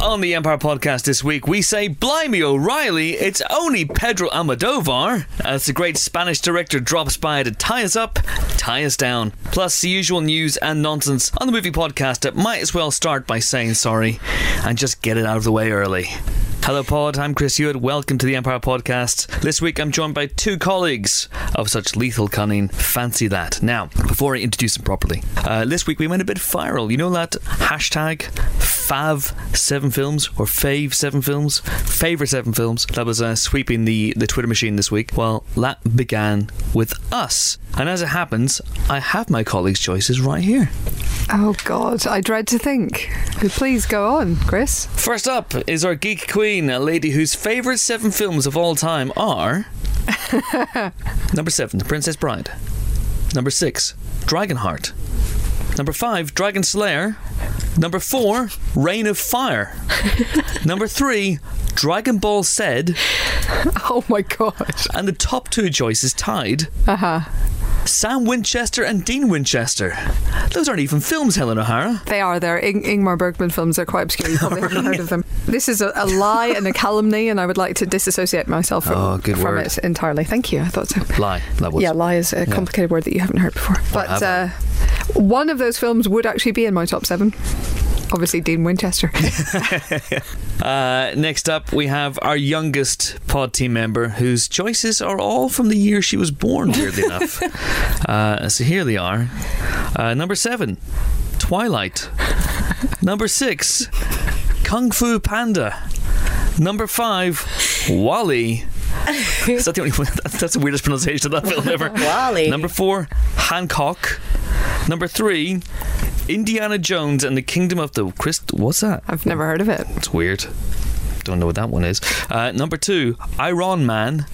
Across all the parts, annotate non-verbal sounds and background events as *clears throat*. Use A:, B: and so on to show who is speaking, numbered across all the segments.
A: On the Empire Podcast this week, we say, Blimey O'Reilly, it's only Pedro Almodovar. As the great Spanish director drops by to tie us up, tie us down. Plus, the usual news and nonsense on the movie podcast that might as well start by saying sorry and just get it out of the way early. Hello, Pod. I'm Chris Hewitt. Welcome to the Empire Podcast. This week, I'm joined by two colleagues of such lethal cunning. Fancy that. Now, before I introduce them properly, uh, this week we went a bit viral. You know that hashtag Fav7Films or Fave7Films? Favourite 7 Films that was uh, sweeping the, the Twitter machine this week. Well, that began with us. And as it happens, I have my colleagues' choices right here.
B: Oh God, I dread to think. Please go on,
C: *laughs*
B: Chris.
A: First up is our geek queen, a lady whose favourite seven films of all time are number seven, The Princess Bride, number six, Dragonheart, number five, Dragon Slayer, number four, Reign of Fire, number three, Dragon Ball Said,
B: Oh my God.
A: and the top two choices tied
B: Uh huh.
A: Sam Winchester and Dean Winchester. Those aren't even films, Helen O'Hara.
B: They are. They're Ing- Ingmar Bergman films. They're quite obscure. You probably haven't heard of
C: *laughs*
B: them. This is a, a lie and a calumny, and I would like to disassociate myself from,
A: Oh, good
B: from
A: word.
B: it entirely. Thank you. I thought so.
A: Lie, that was.
B: Yeah, lie is a complicated word that you haven't heard before. But
A: have I?
B: uh, one of those films would actually be in my top seven. Obviously,
A: *laughs*
B: Dean Winchester.
A: Uh, next up, we have our youngest pod team member, whose choices are all from the year she was born, weirdly enough. Uh, so here they are. Uh, number seven, Twilight. Number six, Kung Fu Panda. Number five, Wally. Is that the only one? *laughs* That's the weirdest pronunciation of that film ever.
C: Wally.
A: Number four, Hancock. Number three, Indiana Jones and the Kingdom of the Christ. What's that?
B: I've never heard of it.
A: It's weird. Don't know what that one is. Uh, number two, Iron Man,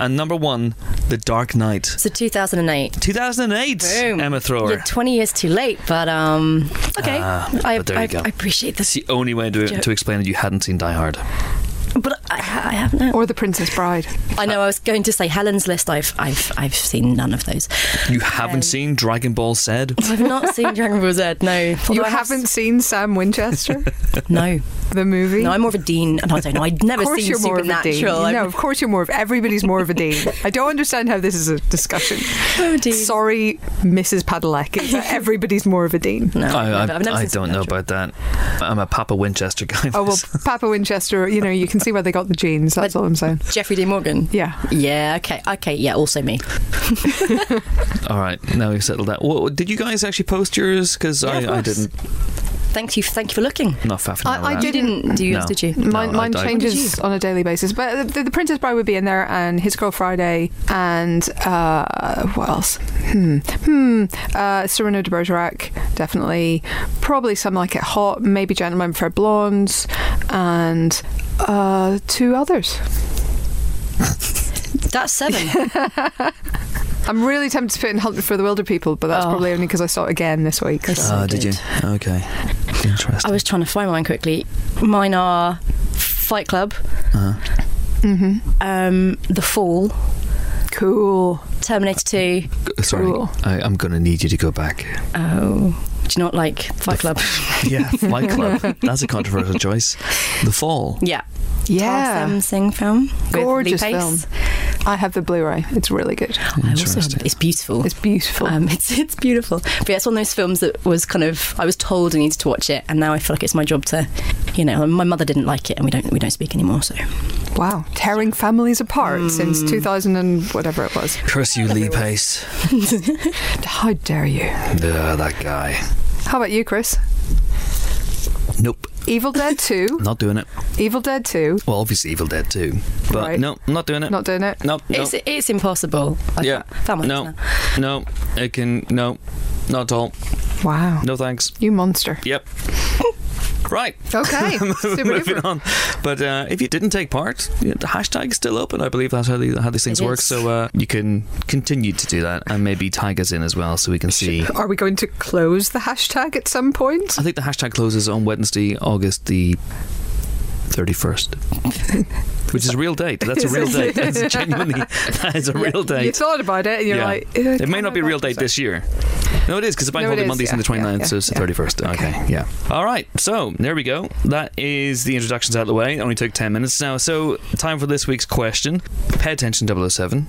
A: and number one, The Dark Knight.
C: So 2008.
A: 2008, Emma Thrower.
C: You're 20 years too late, but um, okay.
A: Ah,
C: I,
A: but there you
C: I,
A: go.
C: I appreciate
A: It's
C: this,
A: the only way to, to explain that you hadn't seen Die Hard.
C: but I, I haven't.
B: Or The Princess Bride.
C: I know I was going to say Helen's List. I've I've I've seen none of those.
A: You haven't
C: Um,
A: seen Dragon Ball Said?
C: I've *laughs* not seen Dragon Ball Z. No,
B: you
C: Although I have-
B: haven't seen Sam
C: *laughs*
B: Winchester,
C: No,
B: the movie?
C: no. I'm more of a dean. No, I don't know. I'd never
B: Of course
C: seen
B: you're more of a dean.
C: Supernatural. I'm-
B: No, of course you're more of everybody's more of a dean. *laughs* I don't understand how this is a discussion.
C: *laughs* Oh, dear.
B: Sorry, Mrs. Padalecki, *laughs* but everybody's more of a dean.
C: no,
A: I, I,
C: I've never
A: I
C: seen
A: don't know
C: Supernatural.
A: about that. I'm a Papa Winchester guy.
B: Oh well, Papa Winchester. You know, you can see where they got the genes. That's all I'm saying.
C: Jeffrey D. Morgan.
B: Yeah.
C: Yeah. Okay. Okay. Yeah. Also me.
A: *laughs* All right, now we've settled that. What, did you guys actually post yours? Because
C: Yeah, of
A: I, I
C: course.
A: didn't.
C: Thank you. Thank you for looking.
A: Not faffing
B: I-
A: around
B: I
A: with
C: You
A: that.
C: didn't do yours,
A: No.
C: did you?
B: Mine,
A: No, I
B: mine
A: don't.
B: changes on a daily basis, but the, the Princess Bride would be in there, and His Girl Friday, and uh, what else? Hmm, hmm. Uh, Cyrano de Bergerac, definitely. Probably some like it hot, maybe Gentlemen Prefer Blondes, and uh, two others.
C: That's *laughs* seven.
B: I'm really tempted to put in Hunt for the Wilder People, but that's
C: Oh.
B: probably only because I saw it again this week.
C: Yes.
B: so.
C: I
A: Oh, did you?
C: did.
A: Okay. Interesting.
C: I was trying to find mine quickly. Mine are Fight Club,
A: Uh-huh.
B: Mm-hmm.
C: um, The Fall,
B: Cool.
C: Terminator 2.
A: G- Sorry,
B: Cool.
A: I, I'm going to need you to go back.
C: Oh, do you not like Fight Club?
A: *laughs* Yeah, Fight Club. That's a controversial choice. The Fall.
C: *laughs* yeah.
B: Yeah.
C: Awesome Sing film. with Lee
B: Gorgeous
C: Pace.
B: film. I have the Blu-ray. It's really good.
C: I also,
A: Interesting.
C: it's beautiful.
B: It's beautiful.
C: um, *laughs* it's it's beautiful, but yeah, it's one of those films that was kind of I was told I needed to watch it, and now I feel like it's my job to, you know, my mother didn't like it, and we don't we don't speak anymore. So
B: Wow, tearing families apart since
A: Hmm.
B: 2000 and whatever it was.
A: Curse you, Lee Pace.
B: How dare you?
A: Yeah, that guy.
B: How about you, Chris?
A: Nope,
B: Evil
A: *laughs*
B: Dead 2.
A: not doing it.
B: Evil Dead 2.
A: Well, obviously Evil Dead too, but
B: Right.
A: no, not doing it.
B: Not doing it.
A: no, no,
C: it's it's impossible. I
A: Yeah.
C: found my
A: no,
C: now.
A: no. It can no, not at all.
B: Wow.
A: No thanks.
B: You monster.
A: Yep. Right, *laughs*
B: Okay. Super
A: moving
B: duper.
A: on. But uh, if you didn't take part, you know, the hashtag's still open. I believe that's how, the, how these things
C: It
A: work.
C: is.
A: So uh, you can continue to do that, and maybe tag us in as well, so we can see.
B: Are we going to close the hashtag at some point?
A: I think the
B: *laughs*
A: hashtag closes on Wednesday, August the 31st. which is a real date. That's a real date. That's genuinely *laughs* that is a real
B: You
A: date.
B: thought about it and you're
A: Yeah.
B: like, "Ugh,
A: it may
B: can
A: not
B: I
A: be a real
B: buy
A: date this year. No, it is because the bank
B: No, it
A: holiday
B: is,
A: Monday's on the
B: yeah, yeah,
A: 29th, so it's the
B: yeah, yeah.
A: 31st. Okay.
B: Okay.
A: yeah. All right, so there we go. That is the introductions out of the way. It only took 10 minutes now. So, time for this week's question. Pay attention, 007,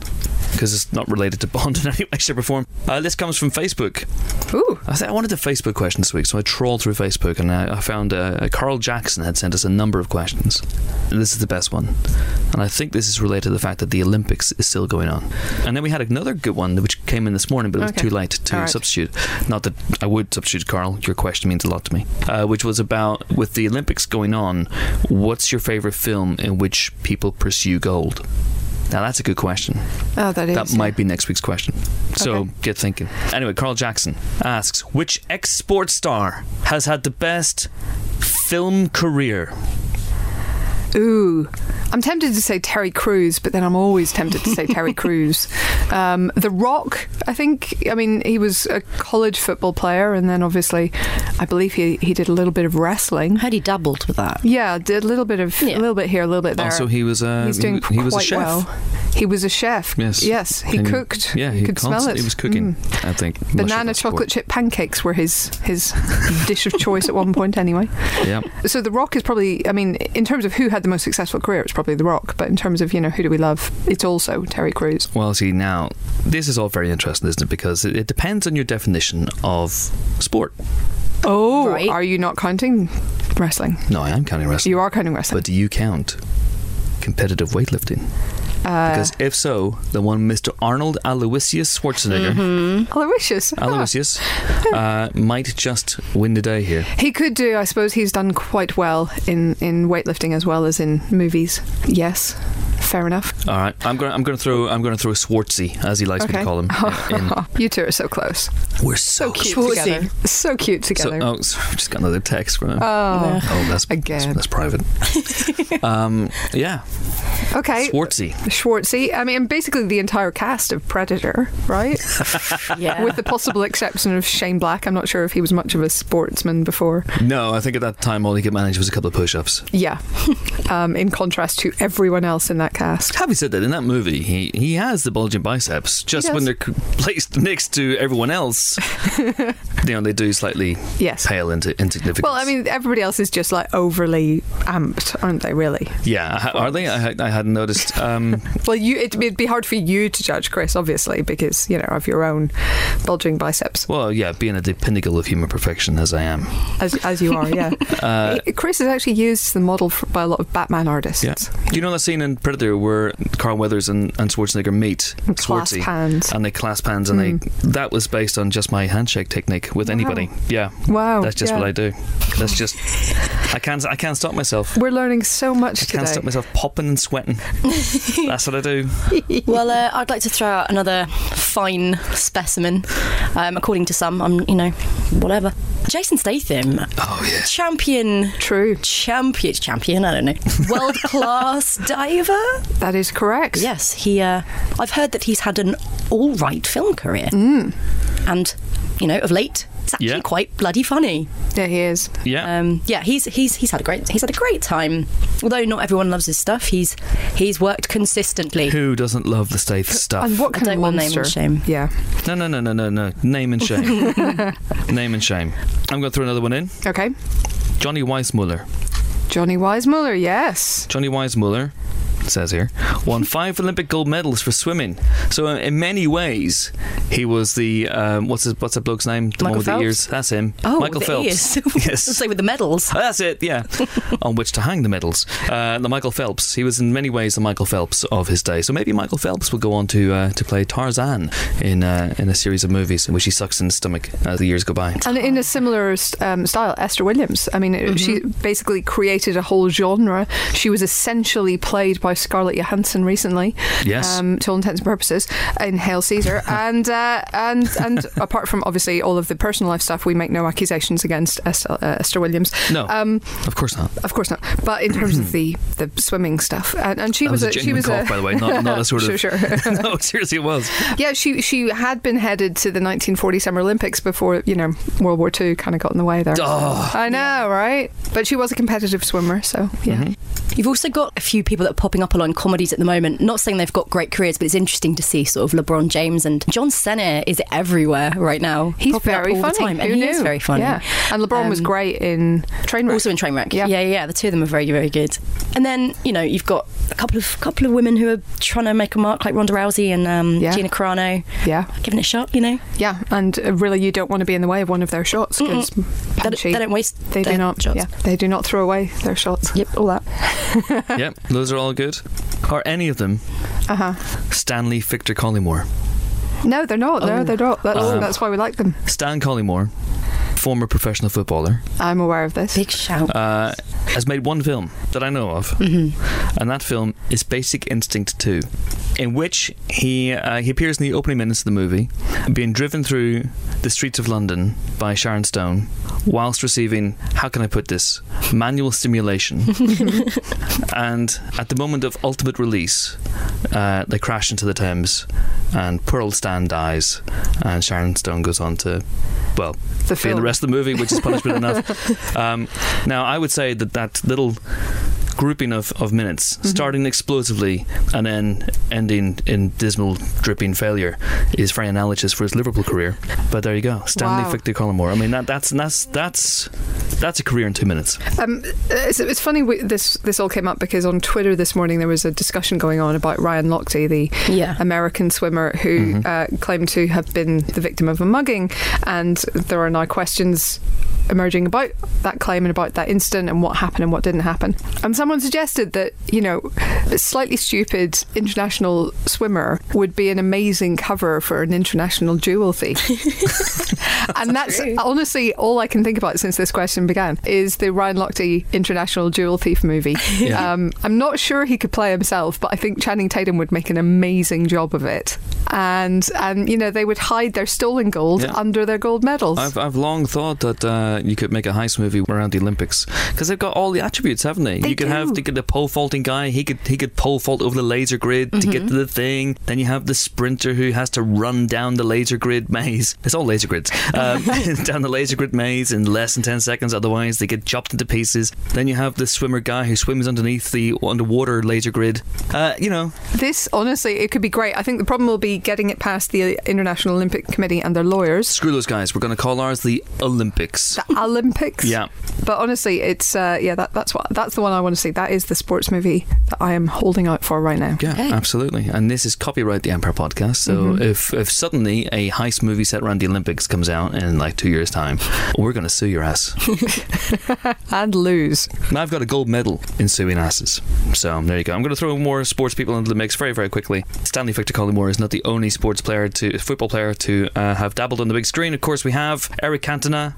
A: because it's not related to Bond *laughs* in any way, shape, or form. Uh, this comes from Facebook.
B: Ooh,
A: I, said, I wanted a Facebook question this week, so I trawled through Facebook and I, I found uh, Carl Jackson had sent us a number of questions. And this is the best one. And I think this is related to the fact that the Olympics is still going on. And then we had another good one which came in this morning, but it was
B: Okay.
A: too late to
B: All right.
A: substitute. Not that I would substitute, Carl. Your question means a lot to me. Uh, which was about, with the Olympics going on, what's your favourite film in which people pursue gold? Now, that's a good question.
B: oh, that is.
A: That
B: yeah.
A: might be next week's question. So
B: Okay.
A: get thinking. Anyway, Carl Jackson asks Which ex sports star has had the best film career?
B: Ooh, I'm tempted to say Terry Crews, but then I'm always tempted to
A: *laughs*
B: say Terry Crews. Um, the Rock, I think. I mean, he was a college football player, and then obviously, I believe he he did a little bit of wrestling.
C: heard he dabbled with that.
B: Yeah, did a little bit of
C: Yeah.
B: a little bit here, a little bit there.
A: Also, he was a
B: He's doing
A: he was
B: quite
A: a chef.
B: well. He was a chef.
A: Yes.
B: Yes, he
A: And
B: cooked.
A: Yeah,
B: You
A: he
B: could smell
A: constantly
B: it.
A: was cooking.
B: Mm.
A: I think I'm not sure
B: Banana
A: about sport.
B: chocolate chip pancakes were his his *laughs* dish of choice at one point, anyway.
A: *laughs* Yeah,
B: So The Rock is probably, I mean, in terms of who had the most successful career, it's probably The Rock. But in terms of, you know, who do we love, it's also Terry Crews.
A: Well, see, now, this is all very interesting, isn't it? Because it, it depends on your definition of sport.
B: Oh,
C: Right.
B: are you not counting wrestling?
A: No, I am counting wrestling.
B: You are counting wrestling.
A: But do you count competitive weightlifting?
B: Uh,
A: Because if so, the one Mr. Arnold Aloysius Schwarzenegger,
B: Mm-hmm.
A: Mm-hmm.
B: Aloysius. Ah.
A: Aloysius, uh, might just win the day here.
B: Ah, He could do, I suppose he's done quite well in, in weightlifting as well as in movies. Yes, fair enough.
A: All right, I'm going. I'm going to throw. I'm going to throw Swartzy, as he likes me to
B: Okay.
A: call
B: *laughs*
A: him. in-
B: you two are so close.
A: We're so,
B: Cute
C: Schwartzy.
B: together. So cute
A: So,
B: together.
A: oh, so- just got another text from him.
B: oh,
A: oh, that's
B: again.
A: That's, that's
B: *laughs*
A: private. um, yeah,
B: okay.
A: Swartzy.
B: Schwartzy. I mean, basically the entire cast of Predator, right?
C: *laughs*
B: *laughs*
C: Yeah.
B: with the possible exception of Shane Black. I'm not sure if he was much of a sportsman before.
A: No, I think at that time all he could manage was a couple of push-ups.
B: Yeah, *laughs* um, in contrast to everyone else in that cast.
A: Having said that, in that movie, he, he has the bulging biceps. Just
B: does.
A: when they're c- placed next to everyone
B: *laughs*
A: else, you know, they do slightly
B: Yes.
A: pale into insignificance.
B: Well, I mean, everybody else is just like overly amped, aren't they? Really?
A: yeah, I ha- are they? I, ha- I hadn't noticed. Um,
B: Well, you it'd, be- it'd be hard for you to judge, Chris, obviously, because you know of your own bulging biceps
A: well, yeah, being at the pinnacle of human perfection as I am. Uh,
B: as as you
A: *laughs*
B: are. Yeah, *laughs* I- Chris is actually used as the model for, by a lot of Batman artists.
A: Yeah. Do you know that scene in Predator where Carl Weathers and, and Schwarzenegger meet?
B: Clasp hands.
A: And they clasp hands, and
B: Hmm.
A: they that was based on just my handshake technique with anybody. Yeah.
B: Wow.
A: That's just
B: Oh, yeah.
A: what I do. That's just I can't I can't stop myself.
B: We're learning so much
A: I
B: today.
A: can't stop myself popping and
B: *laughs*
A: sweating. That's what I do.
C: well, uh, I'd like to throw out another fine specimen. Um, according to some, I'm, you know, whatever. Jason Statham,
A: Oh yeah.
C: champion,
B: True.
C: champion, champion. I don't know, world class diver.
B: That is correct.
C: Yes, he. Uh, I've heard that he's had an all right film career, and you know, of late, it's actually
A: Yeah.
C: quite bloody funny.
B: Yeah, he is.
A: Yeah.
C: Um, yeah, he's he's he's had a great he's had a great time. Although not everyone loves his stuff, he's he's worked consistently.
A: Who doesn't love the Stath
B: And
A: stuff?
B: what
C: I
B: kind of
C: don't want name
B: monster?
C: and shame.
B: Yeah.
A: No, no, no, no, no, no. Name and
B: *laughs*
A: shame. Name and shame. I'm going to throw another one in.
B: Okay.
A: Johnny Weissmuller.
B: Johnny Weissmuller, yes.
A: Johnny Weissmuller it says here won five Olympic gold medals for swimming. So uh, in many ways, he was the um, what's his what's that bloke's name? The one
B: Michael
A: with
B: Phelps?
A: the ears. That's him.
C: Oh,
A: Michael
C: the
A: Phelps.
B: *laughs*
C: *laughs* ears.
A: yes.
C: Say with the medals.
A: Oh, *laughs* That's it, yeah. On which to hang the medals. Uh, the Michael Phelps. He was in many ways the Michael Phelps of his day. So maybe Michael Phelps will go on to uh, to play Tarzan in uh, in a series of movies in which he sucks in his stomach as the years go
B: *laughs*
A: by.
B: And in a similar um, style, Esther Williams. I mean, it- she
A: Mm-hmm.
B: basically created a whole genre. She was essentially played by Scarlett Johansson recently,
A: Yes.
B: um, to all intents and purposes, in
A: *laughs*
B: *Hail Caesar*. and uh, and and apart from obviously all of the personal life stuff, we make no accusations against Esther, uh, Esther Williams.
A: No,
B: Um,
A: of course not.
B: of course not. But in terms of the, the swimming stuff, and, and she
A: That was, a
B: she
A: genuine
B: was
A: cough,
B: a,
A: by the way, not,
B: *laughs*
A: not a sort
B: sure,
A: of.
B: sure.
A: *laughs* no, seriously, it
B: *laughs*
A: was.
B: Yeah, she she had been headed to the 1940 Summer Olympics before you know World War II kind of got in the way there.
A: Oh.
B: I know, right? But she was a competitive swimmer, so yeah.
C: You've also got a few people that are popping up along comedies at the moment. Not saying they've got great careers, but it's interesting to see sort of LeBron James and John Cena is everywhere right now.
B: He's
C: popping up
B: very
C: all
B: funny.
C: The time,
B: Who
C: and he
B: knew?
C: is very funny.
B: Yeah. And LeBron was
C: Um,
B: great in Trainwreck.
C: Also in Trainwreck.
B: Yeah.
C: Yeah. yeah, yeah. The two of them are very, very good. And then you know you've got a couple of couple of women who are trying to make a mark, like Ronda Rousey and um,
B: Yeah.
C: Gina Carano,
B: yeah,
C: giving it a shot. You know,
B: yeah, and uh, really, you don't want to be in the way of one of their shots because
C: they don't, they don't waste.
B: they do
C: their
B: not.
C: Shots.
B: Yeah, they do not throw away their shots.
C: Yep, all that.
A: *laughs* yep, those are all good. Are any of them
B: Uh huh.
A: Stanley Victor Collymore?
B: No, they're not. No,
C: Oh.
B: they're not. That's,
A: Oh.
B: that's why we like them.
A: Stan Collymore, former professional footballer,
B: I'm aware of this.
C: Big shout.
A: uh, has made one film that I know of, and that film is Basic Instinct 2, in which he uh, he appears in the opening minutes of the movie, being driven through the streets of London by Sharon Stone, whilst receiving how can I put this manual stimulation, and at the moment of ultimate release, uh, they crash into the Thames, and poor old Stan dies, and Sharon Stone goes on to well for the
B: The film.
A: rest of the movie, which is
B: *laughs*
A: punishment enough. Um, now, I would say that that little grouping of, of minutes,
B: Mm-hmm.
A: starting explosively and then ending in dismal, dripping failure, is very analogous for his Liverpool career. But there you go, Stanley
B: Wow.
A: Victor Collymore. I mean, that, that's that's that's that's a career in two minutes.
B: Um, it's, it's funny we, this this all came up because on Twitter this morning there was a discussion going on about Ryan Lochte, the
C: Yeah.
B: American swimmer who
A: Mhm.
B: uh, claimed to have been the victim of a mugging, and there are now questions emerging about that claim and about that incident and what happened and what didn't happen. And someone suggested that you know, a slightly stupid international swimmer would be an amazing cover for an international jewel thief and that's honestly all I can think about since this question began is the Ryan Lochte International Jewel Thief movie.
A: Yeah.
B: Um, I'm not sure he could play himself, but I think Channing Tatum would make an amazing job of it. And and you know they would hide their stolen gold
A: Yeah.
B: under their gold medals.
A: I've, I've long thought that uh, you could make a heist movie around the Olympics because they've got all the attributes, haven't they?
B: They
A: you could have
B: do.
A: they could, the pole faulting guy. He could he could pole fault over the laser grid to get to the thing. Then you have the sprinter who has to run down the laser grid maze. *laughs* It's all laser grids um, *laughs* down the laser grid maze in less than ten seconds. Otherwise, they get chopped into pieces. Then you have the swimmer guy who swims underneath the underwater laser grid. Uh, you know,
B: this honestly, it could be great. I think the problem will be getting it past the International Olympic Committee and their lawyers.
A: screw those guys. We're going to call ours the Olympics. *laughs*
B: The Olympics.
A: yeah.
B: But honestly, it's uh, yeah. That, that's what that's the one I want to see. That is the sports movie that I am holding out for right now.
A: Yeah,
C: Okay.
A: absolutely. And this is copyright the Empire podcast. So if if suddenly a heist movie set around the Olympics comes out in like two years' time, we're gonna sue your ass.
B: And lose.
A: and I've got a gold medal in suing asses. So there you go. I'm gonna throw more sports people into the mix very very quickly. Stanley Victor Collymore is not the only sports player to football player to uh, have dabbled on the big screen. Of course, we have Eric Cantona.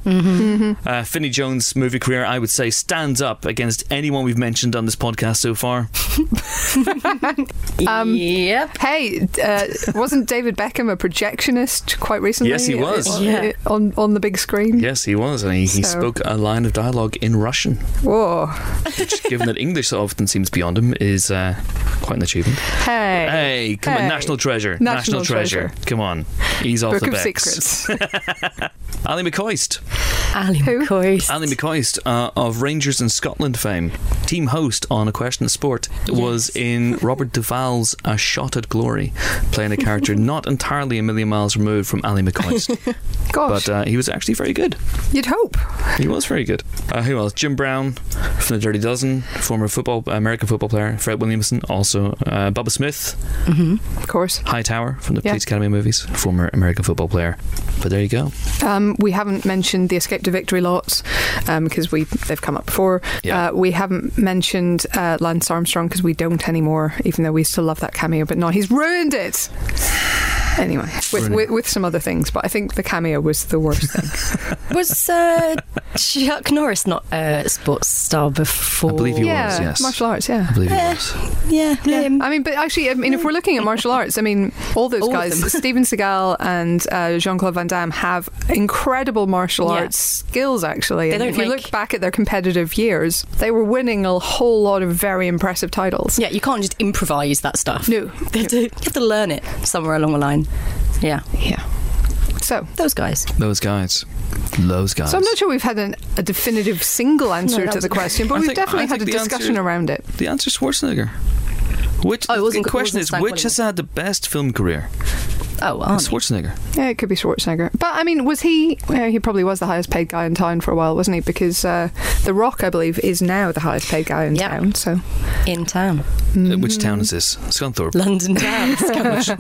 A: Uh, Finney Jones' movie career, I would say, stands up against anyone we've mentioned on this podcast so far.
B: Um,
C: yep.
B: Hey, uh,
A: *laughs*
B: wasn't David Beckham a projectionist quite recently?
A: Yes, he was.
B: Uh,
C: Yeah.
B: On on the big screen.
A: Yes, he was, and he, he
B: So-
A: spoke a line of dialogue in Russian.
B: Whoa.
A: which, given that English so often seems beyond him, is uh, quite an achievement.
B: Hey.
A: Hey, come on,
B: Hey.
A: national treasure,
B: National
A: treasure.
B: treasure.
A: Come on, he's off
B: Book
A: the
B: of
A: backs. *laughs*
B: Secrets.
A: Ali McCoist,
C: Ali
B: Who?
C: McCoy.
A: Ali McCoist uh, of Rangers in Scotland fame, team host on A Question of Sport, was in Robert Duvall's A Shot at Glory, playing a
B: *laughs*
A: character not entirely a million miles removed from Ali McCoist,
B: Gosh,
A: but uh, he was actually very good.
B: you'd hope.
A: He was very good. Uh, who else? Jim Brown from the Dirty Dozen, former football American football player. Fred Williamson, also uh, Bubba Smith,
C: Mm-hmm.
B: Of course.
A: Hightower from the
B: Yeah.
A: Police Academy movies, former American football player. But there you go.
B: Um, we haven't mentioned the Escape to Victory lots because we they've come up before.
A: Yeah.
B: Uh, we haven't mentioned uh, Lance Armstrong because we don't anymore, even though we still love that cameo. But now he's ruined it. Anyway, with,
A: Ruining
B: with, with some other things, but I think the cameo was
A: *laughs*
B: the worst thing.
C: was uh, *laughs* Chuck Norris not a sports star before?
A: I believe he
B: yeah,
A: was. Yes,
B: martial arts. Yeah.
A: I believe he
C: Eh.
A: was.
C: Yeah,
B: Yeah.
C: him.
B: I mean, but actually, I mean, if we're looking at martial arts, I mean, all those
C: Um, All of them. *laughs*
B: guys, Steven Seagal and uh, Jean Claude Van Damme, have incredible martial
C: Yeah.
B: arts skills, actually.
C: They
B: And
C: don't
B: if you
C: like-
B: look back at their competitive years, they were winning a whole lot of very impressive titles.
C: Yeah, you can't just improvise that stuff.
B: No.
C: You have to, you have to learn it somewhere along the line. Yeah.
B: Yeah. So,
C: Those guys.
A: Those guys. Those guys.
B: so I'm not sure we've had an, a definitive single answer
C: that
B: to
C: was-
B: the question, but
A: I
B: we've
A: think- I
B: definitely
A: think
B: had a
A: the answer-
B: discussion around it.
A: The answer is Schwarzenegger. Which
C: Oh, it wasn't-
A: the
C: it
A: question
C: wasn't
A: is
C: Stan
A: which has had the best film career?
C: Oh, well, aren't
A: Schwarzenegger.
B: Yeah, it could be Schwarzenegger. But I mean, was he? yeah, he probably was the highest paid guy in town for a while, wasn't he? Because uh, The Rock, I believe, is now the highest paid guy in
C: Yeah.
B: town. So
C: they? in town,
A: Uh, Which town is this? Scunthorpe.
B: *laughs*
C: London town. Scottish.
A: Uh,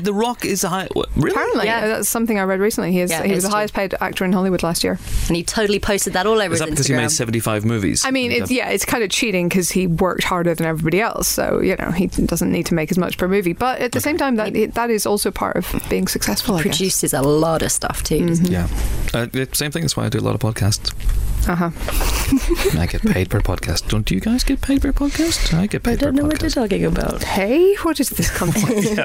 A: the Rock is the high. what, really?
B: apparently,
C: Yeah.
B: uh, that's something I read recently. He is
C: Yeah,
B: he was
C: it's
B: the highest paid actor in Hollywood last year.
C: and he totally posted that all over
A: Is
C: his
A: that because
C: Instagram.
A: he made 75 movies?
B: I mean,
A: And,
B: it's,
A: uh,
B: yeah, it's kind of cheating because he worked harder than everybody else. So you know, he doesn't need to make as much per movie. But at the same time, that that is also part of being successful. Oh, I guess. Mm-hmm.
C: Produces a lot of stuff too. doesn't he?
A: Yeah. Uh, the same thing. That's why I do a lot of podcasts.
B: Uh huh.
A: I get paid per podcast. Don't you guys get paid per podcast? I get paid per podcast.
C: talking about.
B: Hey, what is this
C: *laughs*
B: conflict?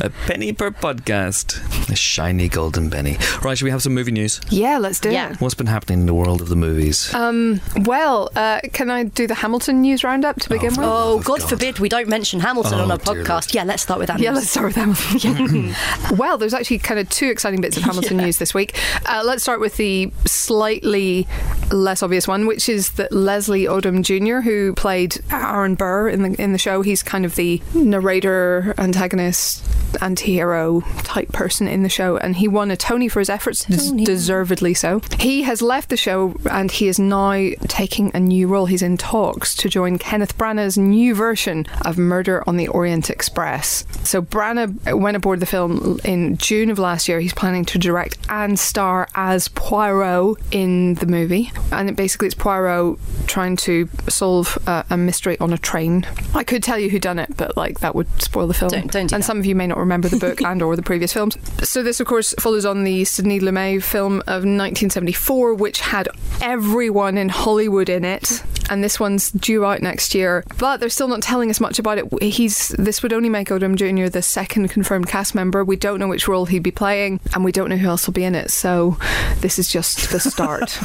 A: A penny per podcast. A shiny golden penny. Right, should we have some movie news?
B: yeah, let's do
C: Yeah.
B: it.
A: What's been happening in the world of the movies?
B: Um, well, uh, can I do the Hamilton news roundup to begin with?
A: Oh,
C: Oh,
A: of
C: God
A: God.
C: forbid we don't mention Hamilton
A: Oh,
C: on our
A: dear
C: podcast. Yeah, let's start with that.
B: Yeah, let's start with *laughs* Hamilton. well, there's actually kind of two exciting *laughs* bits of Hamilton news this week. Uh, let's start with the slightly less obvious one, which is that Leslie Odom Jr., who played Aaron Burr in the in the show, he's kind of the narrator, antagonist, anti-hero type person in the show, and he won a Tony for his efforts, des-
C: Tony.
B: deservedly so. He has left the show and he is now taking a new role. He's in talks to join Kenneth Branagh's new version of Murder on the Orient Express. So Branagh went aboard the film in June of last year. He's planning to direct and star as Poirot in the movie, and it basically it's Poirot trying to solve uh, a mystery on a train. I could tell you who done it, but like that would spoil the film.
C: Don't- don't do
B: and
C: that.
B: some of you may not remember the book and or the previous films. So this, of course, follows on the Sidney Lumet film of 1974, which had everyone in Hollywood in it. And this one's due out next year, but they're still not telling us much about it. He's this would only make Odom Jr. the second confirmed cast member. We don't know which role he'd be playing, and we don't know who else will be in it. So this is just the start.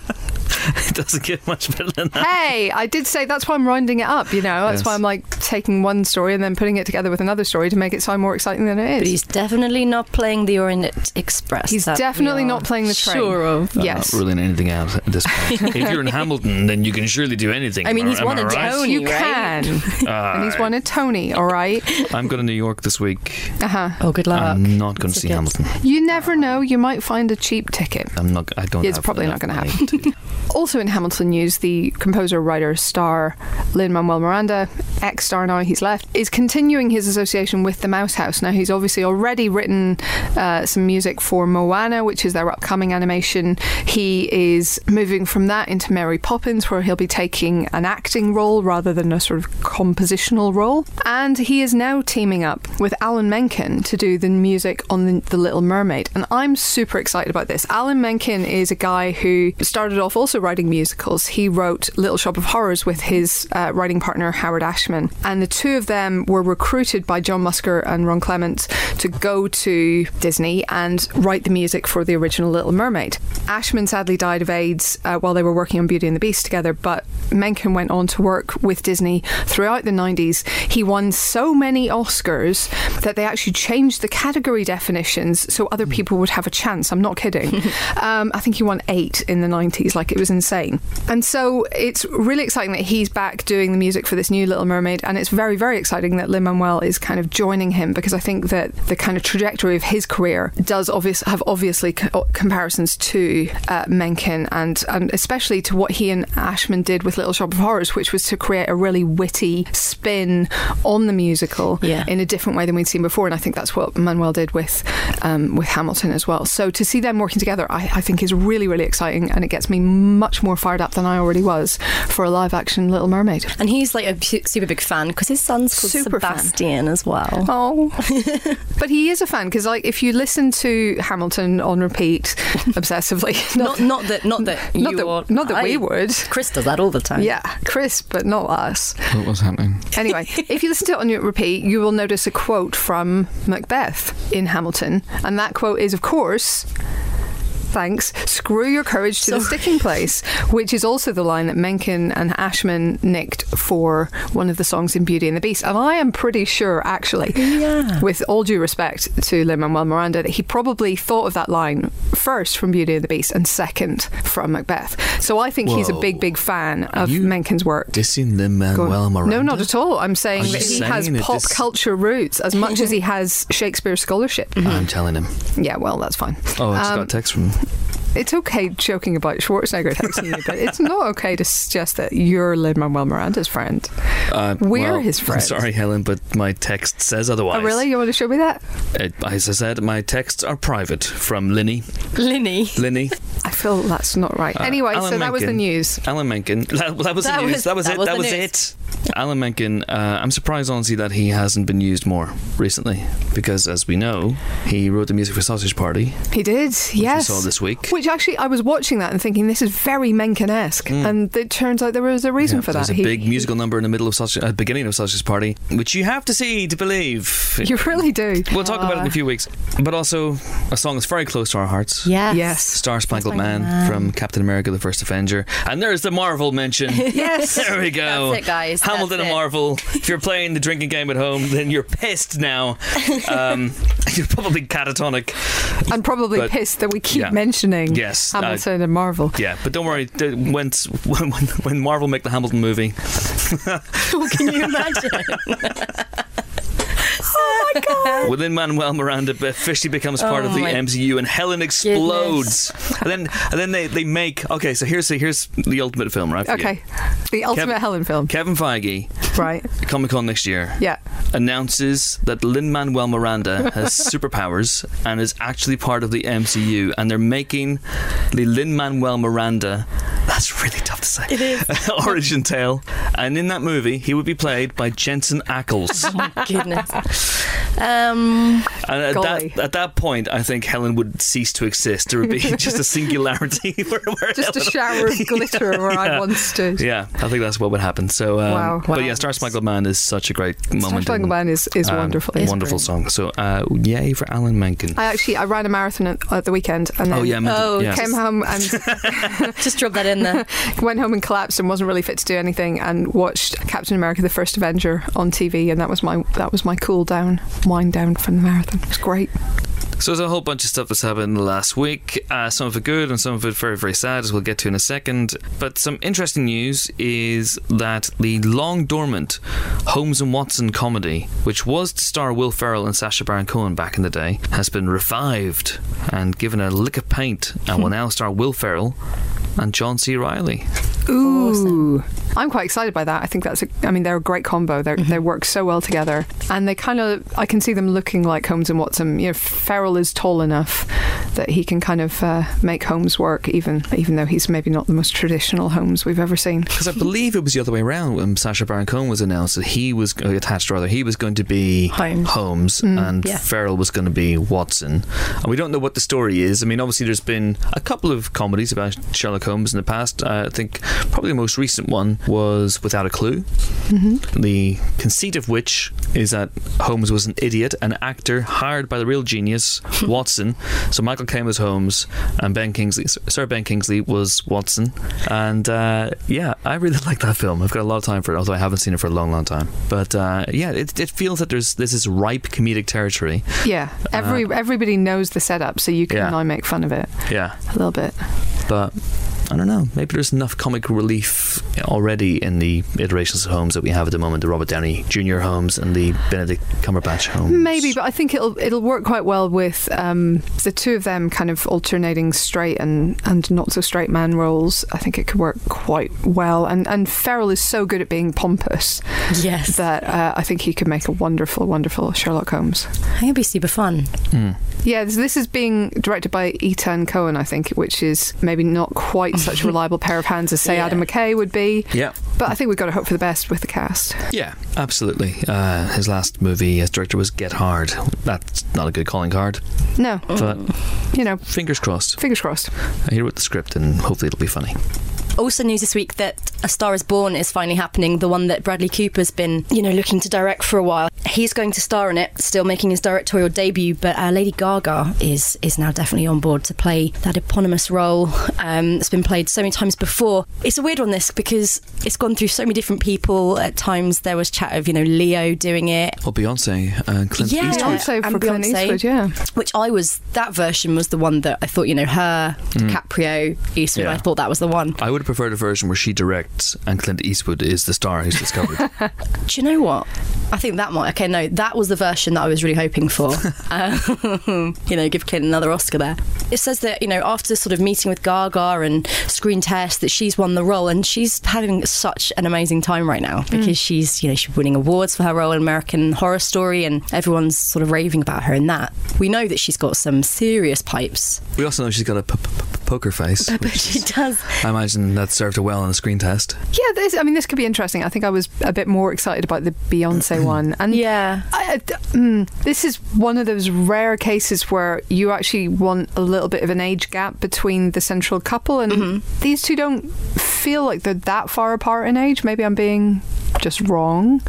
A: *laughs* it doesn't get much better than that.
B: hey, I did say that's why I'm rounding it up. You know, that's
A: Yes.
B: why I'm like taking one story and then putting it together with another story to make it sound more exciting than it is.
C: But he's definitely not playing the Orient Express.
B: He's
C: that we
B: definitely
C: are
B: not playing the train.
C: Sure of.
A: I'm
B: yes.
A: Not ruling anything out at this
B: *laughs*
A: point. if you're in Hamilton, then you can surely do anything.
C: I mean,
A: Am
C: he's one
A: am
C: and
A: I right?
B: *laughs*
C: done. Tony,
B: you
C: right?
B: can. and he's won a Tony, all right?
A: I'm going to New York this week.
B: Uh huh.
C: Oh, good luck.
A: I'm not going to
C: It's
A: see
C: a good-
A: Hamilton.
B: You never know, you might find a cheap ticket.
A: I'm not. I don't.
B: It's
A: have
B: probably
A: enough
B: not gonna
A: money
B: happen.
A: *laughs* to-
B: Also in Hamilton news, the composer, writer, star Lin Manuel Miranda, ex star now he's left, is continuing his association with the Mouse House. Now he's obviously already written uh, some music for Moana, which is their upcoming animation. He is moving from that into Mary Poppins, where he'll be taking an acting role rather than a sort of compositional role. And he is now teaming up with Alan Menken to do the music on the, the Little Mermaid. And I'm super excited about this. Alan Menken is a guy who started off also writing musicals. He wrote Little Shop of Horrors with his uh, writing partner Howard Ashman, and the two of them were recruited by John Musker and Ron Clement to go to Disney and write the music for the original Little Mermaid. Ashman sadly died of AIDS uh, while they were working on Beauty and the Beast together, but Menken went on to work with Disney throughout the 90s. He won so many Oscars that they actually changed the category definitions so other people would have a chance. I'm not kidding. um, I think he won eight in the 90s, like it was insane. And so it's really exciting that he's back doing the music for this new Little Mermaid, and it's very, very exciting that Lin Manuel is kind of joining him because I think that the kind of trajectory of his career does obvious have obviously co- comparisons to uh, Menken and and especially to what he and Ashman did with Little Shop of Horrors, which was to create a really witty spin on the musical
C: Yeah.
B: in a different way than we'd seen before. And I think that's what Manuel did with um, with Hamilton as well. So to see them working together, I, I think is really really exciting, and it gets me much more fired up than I already was for a live action Little Mermaid.
C: And he's like a pu- super big fan because his son's called
B: Super fan.
C: Sebastian as well.
B: Oh, *laughs* but he is a fan because, like, if you listen to Hamilton on
C: *laughs*
B: repeat obsessively,
C: Not, not that, not that
B: *laughs*
C: you
B: not that,
C: or
B: not that
C: I-
B: we would.
C: Chris does that all the time.
B: Yeah, Chris, but not us.
A: What was happening?
C: *laughs*
B: Anyway, if you listen to it on your repeat, you will notice a quote from Macbeth in Hamilton, and that quote is, of course, Thanks. Screw your courage to the sticking place, which is also the line that Menken and Ashman nicked for one of the songs in Beauty and the Beast. And I am pretty sure, actually,
C: Yeah.
B: with all due respect to Lin Manuel Miranda, that he probably thought of that line first from Beauty and the Beast and second from Macbeth. So I think he's a
A: Whoa.
B: big, big fan
A: Are
B: of
A: you
B: Menken's work.
A: Dissing Lin
B: Go on.
A: Manuel Miranda.
B: No, not at all. I'm
A: Are
B: saying
A: you
B: that he
A: saying
B: has
A: that
B: pop
A: this-
B: culture roots as much as he has Shakespeare scholarship. *laughs*
A: I'm telling him.
B: Yeah, well, that's fine.
A: Oh, I just
B: Um,
A: got a text from him.
B: It's okay joking about Schwarzenegger texting you, but it's not okay to suggest that you're Lin Manuel Miranda's friend.
A: Uh,
B: we're his
A: I'm
B: friends.
A: sorry, Helen, but my text says otherwise.
B: Oh, really? You want to show me that?
A: It, Uh, as I said, my texts are private from Linny.
C: Linny.
A: Linny,
B: I feel that's not right.
A: Uh,
B: anyway,
A: Alan
B: so that was the
A: Menken.
B: news.
A: Alan Menken. That, that was
C: That
A: the news.
C: was-
A: that was
C: that
A: it.
C: was
A: that
C: the
A: was
C: news.
A: it. Alan Menken. Uh, I'm surprised, honestly, that he hasn't been used more recently because, as we know, he wrote the music for Sausage Party,
B: He did,
A: which
B: yes.
A: we saw this week.
B: Which actually, I was watching that and thinking this is very Menken-esque,
A: Mm.
B: and it turns out there was a reason
A: Yeah,
B: for that.
A: There's a
B: He-
A: big musical number in the middle of sausage, uh, beginning of Sausage Party, which you have to see to believe.
B: *laughs* You really do.
A: We'll talk about it in a
B: Uh,
A: few weeks. But also, a song that's very close to our hearts.
C: Yes.
B: Yes.
A: Star Spangled Man,
C: Spangled Man.
A: from Captain America: The First Avenger, and there's the Marvel mention.
C: *laughs*
B: Yes.
A: *laughs* there we go.
C: That's it, guys.
A: Hamilton
C: That's
A: and
C: it.
A: Marvel. If you're playing the drinking game at home, then you're pissed
C: *laughs*
A: now. Um, *laughs* you're probably catatonic.
B: and probably
A: But-
B: pissed that we keep
A: yeah.
B: mentioning
A: Yes, uh,
B: Hamilton and Marvel.
A: Yeah, but don't worry. th- When *laughs* when when Marvel make the Hamilton movie,
C: *laughs* Can you imagine?
B: *laughs*
A: Within Manuel Miranda be- officially becomes part of
C: Uh, Oh
A: the
C: my
A: MCU, and Helen explodes. And then, and then they, they make okay. So here's the, here's the ultimate film, right?
B: Okay, the ultimate
A: Kevin-
B: Helen film,
A: Kevin Feige, *laughs*
B: right?
A: Comic Con next year,
B: Yeah,
A: announces that Lin Manuel Miranda
B: *laughs*
A: has superpowers and is actually part of the MCU, and they're making the Lin Manuel Miranda. That's really tough to say. It is *laughs* origin tale, and in that movie, he would be played by Jensen
B: *laughs*
A: Ackles.
B: Oh
C: Goodness. Um,
A: And at
B: Golly.
A: that, at that point, I think Helen would cease to exist. There would be
B: *laughs*
A: just a singularity. *laughs* where, where
B: just a
A: Helen-
B: shower of glitter where I
A: yeah.
B: once stood.
A: yeah, I think that's what would happen. So, um,
B: Wow.
A: but
C: Wow.
A: yeah, Star Spangled Man is such a great
B: Star
A: moment.
B: Spangled Man is is
A: um,
B: wonderful.
C: It's
A: wonderful song. So, uh, yay for Alan Menken.
B: I actually I ran a marathon at, at the weekend and then
A: oh yeah, I meant to-
C: Oh,
A: yeah.
B: came home
A: *laughs*
B: and
C: just drop that
B: *laughs*
C: in there.
B: went home and collapsed and wasn't really fit to do anything and watched Captain America: The First Avenger on TV and that was my that was my cool down wind down from the marathon. It was great.
A: So there's a whole bunch of stuff that's happened in the last week. Uh, some of it good and some of it very, very sad, as we'll get to in a second. But some interesting news is that the long dormant Holmes and Watson comedy, which was to star Will Ferrell and Sacha Baron Cohen back in the day, has been revived and given a lick of paint and will now star Will Ferrell and John C. Riley.
B: Ooh, I'm quite excited by that. I think that's a, I mean they're a great combo. They they work so well together and they kind of I can see them looking like Holmes and Watson. You know, Ferrell is tall enough that he can kind of uh, make Holmes work even even though he's maybe not the most traditional Holmes we've ever seen.
A: Because I believe it was the other way around when Sacha Baron Cohen was announced that he was uh, attached, rather, he was going to be
C: Holmes. Mm,
A: Holmes and
C: yeah.
A: Farrell was going to be Watson. And we don't know what the story is. I mean, obviously, there's been a couple of comedies about Sherlock Holmes in the past. Uh, I think probably the most recent one was Without a Clue, the conceit of which is that Holmes was an idiot, an actor hired by the real genius, Watson. So Michael Caine was Holmes, and Ben Kingsley, Sir Ben Kingsley was Watson. And uh, yeah, I really *laughs* like that film. I've got a lot of time for it, although I haven't seen it for a long, long time. But uh, yeah, it, it feels that there's this is ripe comedic territory.
B: Yeah, every everybody knows the setup, so you can
A: Yeah.
B: now make fun of it
A: Yeah,
B: a little bit.
A: but. I don't know. Maybe there's enough comic relief already in the iterations of Holmes that we have at the moment—the Robert Downey Jr. Holmes and the Benedict Cumberbatch Holmes.
B: Maybe, but I think it'll it'll work quite well with um, the two of them kind of alternating straight and, and not so straight man roles. I think it could work quite well. And and Ferrell is so good at being pompous
C: Yes.
B: that uh, I think he could make a wonderful, wonderful Sherlock Holmes.
C: I think it'd be super fun.
A: Hmm.
B: Yeah, this, this is being directed by Etan Cohen, I think, which is maybe not quite such a reliable pair of hands as say
C: Yeah.
B: Adam McKay would be.
A: Yeah.
B: But I think we've got to hope for the best with the cast.
A: Yeah, absolutely. Uh, his last movie as director was Get Hard. That's not a good calling card,
B: No,
A: but
B: you know,
A: fingers crossed.
B: fingers crossed.
A: I hear what the script, and hopefully it'll be funny.
C: Also, news this week that A Star Is Born is finally happening. The one that Bradley Cooper's been, you know, looking to direct for a while. He's going to star in it, still making his directorial debut. But uh, Lady Gaga is is now definitely on board to play that eponymous role um, that's been played so many times before. It's a weird one this because it's gone through so many different people. At times, there was chat of you know Leo doing it.
A: Or Beyonce and Clint
C: Yeah.
A: Eastwood.
B: I'd say
C: and
B: for Clint
C: Beyonce.
B: Eastwood, yeah.
C: which I was that version was the one that I thought you know her DiCaprio Eastwood
A: Yeah.
C: I thought that was the one
A: I would have preferred a version where she directs and Clint Eastwood is the star who's
C: *laughs*
A: discovered.
C: do you know what I think that might okay no that was the version that I was really hoping *laughs* for um, *laughs* you know give Clint another Oscar there it says that you know after sort of meeting with Gaga and screen test that she's won the role and she's having such an amazing time right now because she's you know she's winning awards for her role in American Horror Story and everyone's sort of raving about her in that we know that she's got some serious pipes
A: we also know she's got a p- p- p- poker face.
C: but *laughs* she does
A: I imagine that served her well on the screen test.
B: Yeah, this, I mean, this could be interesting. I think I was a bit more excited about the
C: *clears throat*
B: Beyonce one, and
C: yeah
B: I, I- d- mm, this is one of those rare cases where you actually want a little bit of an age gap between the central couple, and
C: Mm-hmm.
B: these two don't feel like they're that far apart in age. Maybe I'm being just wrong.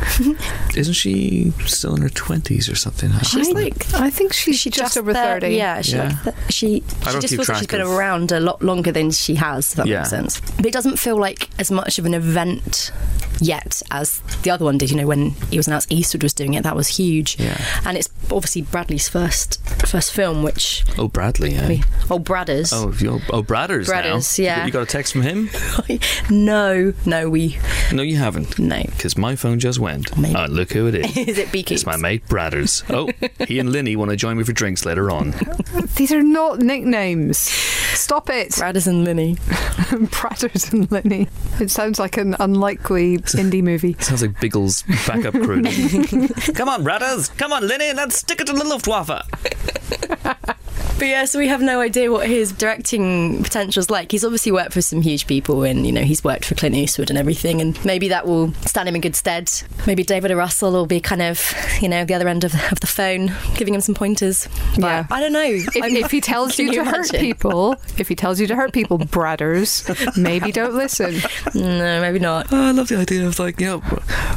A: Isn't she still in her 20s or something?
C: She's
B: I,
C: like-
B: I think she's
C: she
B: just, over
C: thir-
B: thirty.
C: Yeah, she
A: Yeah.
C: like th- she,
A: I
C: she
A: don't
C: just
A: keep
C: feels like
A: track
C: she's been
A: of-
C: around a lot longer than she has. If that
A: Yeah.
C: makes sense. But it doesn't feel like as much of an event yet as the other one did. You know, when it was announced Eastwood was doing it, that was huge.
A: Yeah.
C: And it's obviously Bradley's first first film, which
A: Oh, Bradley. eh?
C: we, oh Bradders.
A: Oh, you oh, Bradders.
C: Bradders,
A: now.
C: yeah.
A: You got a text from him?
C: *laughs* no, no, we
A: No, you haven't.
C: no. *laughs*
A: Because my phone just went.
C: Maybe.
A: Oh, look who it is.
C: Is
A: *laughs*
C: it
A: It's
C: Beaky?
A: my mate Bradders. Oh, he and Linny want to join me for drinks later *laughs* on.
B: These are not nicknames. Stop it, *laughs*
C: Bradders and Linny.
B: Bratters and Lenny. It sounds like an
C: *laughs*
B: unlikely indie movie.
A: Sounds like Biggles' backup *laughs* crew. Come on, Bradders. Come on, Linny. Let's stick it to the Luftwaffe.
C: But yeah, so we have no idea what his directing potential's like. He's obviously worked for some huge people, and you know he's worked for Clint Eastwood and everything, and maybe that will stand him in good stead. Maybe David O. Russell will be kind of you know the other end of, of the phone, giving him some pointers. But
B: Yeah.
C: I don't know.
B: *laughs* If,
C: I'm-
B: if he tells
C: Can
B: you to
C: you
B: hurt
C: imagine?
B: people, if he tells you to hurt people, bradders, maybe don't listen.
C: no, maybe not.
A: Oh, I love the idea of like, you know,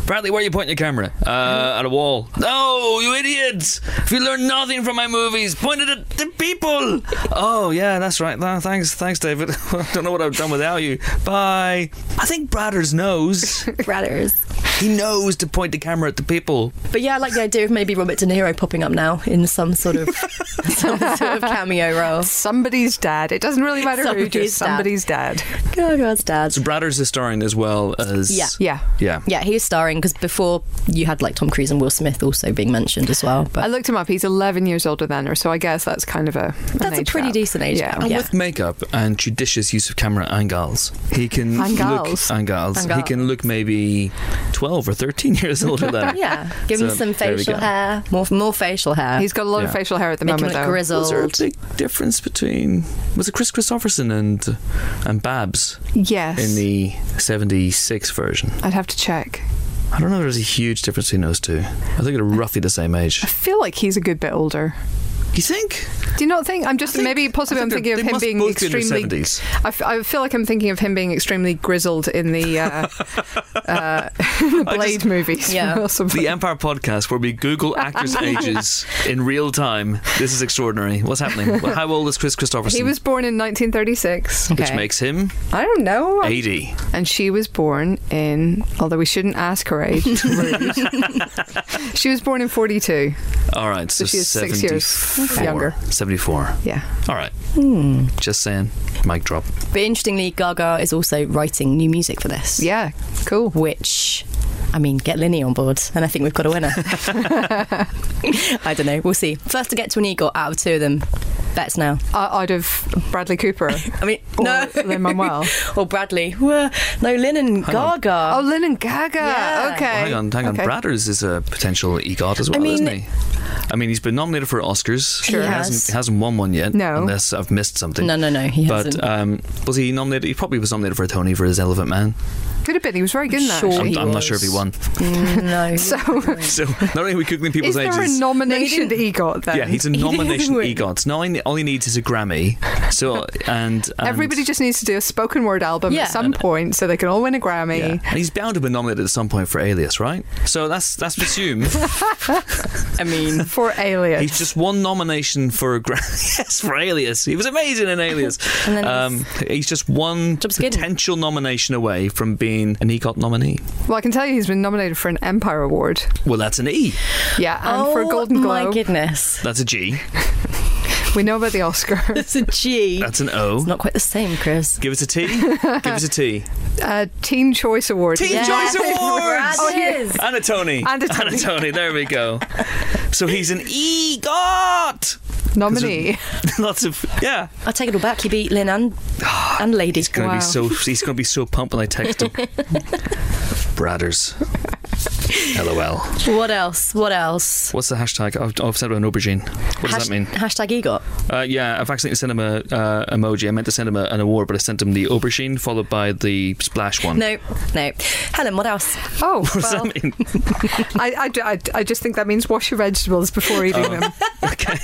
A: Bradley, where are you pointing your camera? Uh, at a wall. No, you idiots! If you learn nothing from my movies, point it at the people. oh yeah, that's right. No, thanks, thanks, David. *laughs* I don't know what I've done without you. Bye. I think Bradders knows.
C: Bradders.
A: he knows to point the camera at the people.
C: But yeah, I like the idea of maybe Robert De Niro popping up now in some sort of some sort of cameo role.
B: Somebody's dad. It doesn't really matter who,
C: Somebody's
B: just
C: dad.
B: somebody's dad.
C: Oh, God's dad.
A: So Bradders is starring as well as
C: Yeah.
B: Yeah.
A: yeah.
C: Yeah, he was starring because before you had like Tom Cruise and Will Smith also being mentioned as well. But
B: I looked him up. He's 11 years older than her, so I guess that's kind of a. an
C: That's a
B: age
C: pretty
B: gap.
C: decent age
B: Yeah.
C: gap.
A: And
C: Yeah.
A: with makeup and judicious use of camera angles, he can
B: Angles.
A: look angles. He
C: Angles.
A: can look maybe twelve or thirteen *laughs* years older than.
C: *laughs* Yeah, give him
A: So,
C: some
A: there we
C: facial
A: go.
C: hair, more more facial hair.
B: He's got a lot
A: Yeah.
B: of facial hair at the
C: Make him
B: moment,
C: look
B: though.
A: Was there a
C: grizzled.
A: big difference between was it Chris Christopherson and and Babs
B: Yes.
A: in the '76 version?
B: I'd have to check.
A: I don't know. if There's a huge difference between those two. I think they're roughly the same age.
B: I feel like he's a good bit older.
A: You think?
B: Do you not think? I'm just
A: I think-
B: maybe possibly
A: I
B: I'm
A: think
B: thinking
A: they're-
B: of
A: they must
B: him being
A: both be in their
B: extremely.
A: 70s.
B: I, f- I feel like I'm thinking of him being extremely grizzled in the uh, *laughs* uh, Blade movies.
C: yeah.
B: *laughs* or something.
A: The Empire podcast, where we Google
B: *laughs*
A: actors' ages in real time. This is extraordinary. What's
B: *laughs*
A: happening? Well, How old is Chris Christopherson?
B: He was born in 1936.
A: which
C: Okay.
A: makes him
B: I don't know.
A: 80.
B: And she was born in, although we shouldn't ask her age.
A: *laughs*
B: rude. she was born in 42.
A: All right, so,
B: So she is six
A: 74,
B: years younger. Hmm.
A: 74.
B: Yeah.
A: All right. Just saying. Mic drop.
C: But interestingly, Gaga is also writing new music for this.
B: Yeah. Cool.
C: which. I mean, get Linny on board, and I think we've got a winner. *laughs* I don't know. We'll see. First to get to an eagle out of two of them. Bets now.
B: O- Uh, Out of
A: *laughs*
B: Bradley Cooper.
C: I mean,
B: Or
C: no.
B: Lin Manuel.
C: *laughs* or Bradley. Well, no, Lynn and
A: Hang on.
C: Gaga.
B: Oh, Lynn and Gaga.
C: Yeah.
B: Okay.
A: Well, hang on, hang on.
B: Okay.
A: Bradders is a potential EGOT as well,
C: mean-
A: isn't he? I mean, he's been nominated for Oscars.
C: Sure.
A: He
C: He
A: hasn't,
C: has.
A: he hasn't won one yet.
B: No.
A: Unless I've missed something.
C: No, no, no, he
A: but,
C: hasn't.
A: um, was he nominated? He probably was nominated for a Tony for his Elephant Man.
B: Could have been. He was very good in that.
C: Sure.
B: actually.
A: I'm,
C: He
A: I'm not
C: was.
A: sure if he won. *laughs*
C: Mm, *laughs* No.
B: So, *laughs*
A: So not only are we cooking
B: is
A: people's
B: there
A: ages.
B: a nomination
C: No,
B: that he got then?
A: yeah, he's a
C: *laughs* He didn't
A: nomination
C: win.
A: EGOT. No, all he- all he needs is a Grammy. So and, and
B: Everybody just needs to do a spoken word album
C: Yeah.
B: at some point so they can all win a Grammy.
A: Yeah. And he's bound to be nominated at some point for Alias, right? So that's that's
C: *laughs*
A: assume.
C: I mean,
B: For Alias.
A: He's just one nomination for a Grammy. *laughs* yes, for Alias. He was amazing in Alias.
C: *laughs* And then
A: um, he's just one
C: Job's good.
A: potential nomination away from being an EGOT nominee.
B: Well, I can tell you he's been nominated for an Empire Award.
A: Well, that's an E.
B: Yeah, and for a
C: oh,
B: Golden
C: My
B: Globe.
C: goodness,
A: That's a G.
B: We know about the Oscar.
C: it's a G.
A: That's an O.
C: It's not quite the same, Chris.
A: Give us a
C: *laughs*
A: T. Give us a T.
B: Uh, Teen Choice Award.
A: Teen
C: Yeah. *laughs*
A: Choice Awards.
C: Oh, it is.
A: And a Tony.
B: And a
A: *laughs* And
B: Tony.
A: a Tony. There we
C: *laughs*
A: go. So he's an E EGOT.
B: Nominee.
A: *laughs* Lots of yeah.
C: I take it all back. You beat Lynn and and Lady.
A: Gonna
B: Wow.
A: be so he's gonna be so pumped when I text him. Bradders. LOL.
C: What else? What else?
A: What's the hashtag? I've, I've said about an aubergine. What does
C: Hash-
A: that mean?
C: Hashtag EGOT.
A: Uh, yeah, I've accidentally sent him a uh, emoji. I meant to send him a, an award, but I sent him the aubergine followed by the splash one.
C: No, no. Helen, what else?
B: Oh,
A: What does
B: well,
A: that mean?
B: I, I d- I d- I just think that means wash your vegetables before eating them.
A: Okay.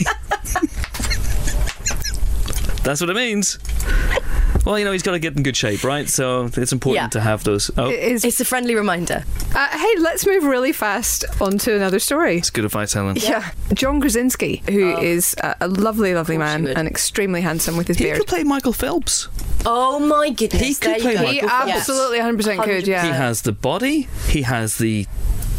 A: That's what it means. Well, you know, he's got to get in good shape, right? So it's important
C: Yeah.
A: to have those. Oh,
B: It is-
C: It's a friendly reminder.
B: uh, hey, let's move really fast on to another story.
A: it's good advice, Helen.
B: Yeah. John Krasinski, who is a a lovely, lovely
C: course
B: man
C: you would.
B: and extremely handsome with his
A: He
B: beard.
A: could play Michael Phelps.
C: Oh my goodness.
A: He could
C: there
A: play
C: you go.
A: Michael
B: He
A: Phelps.
B: absolutely 100% could, yeah.
A: He
C: Uh,
A: has the body. He has the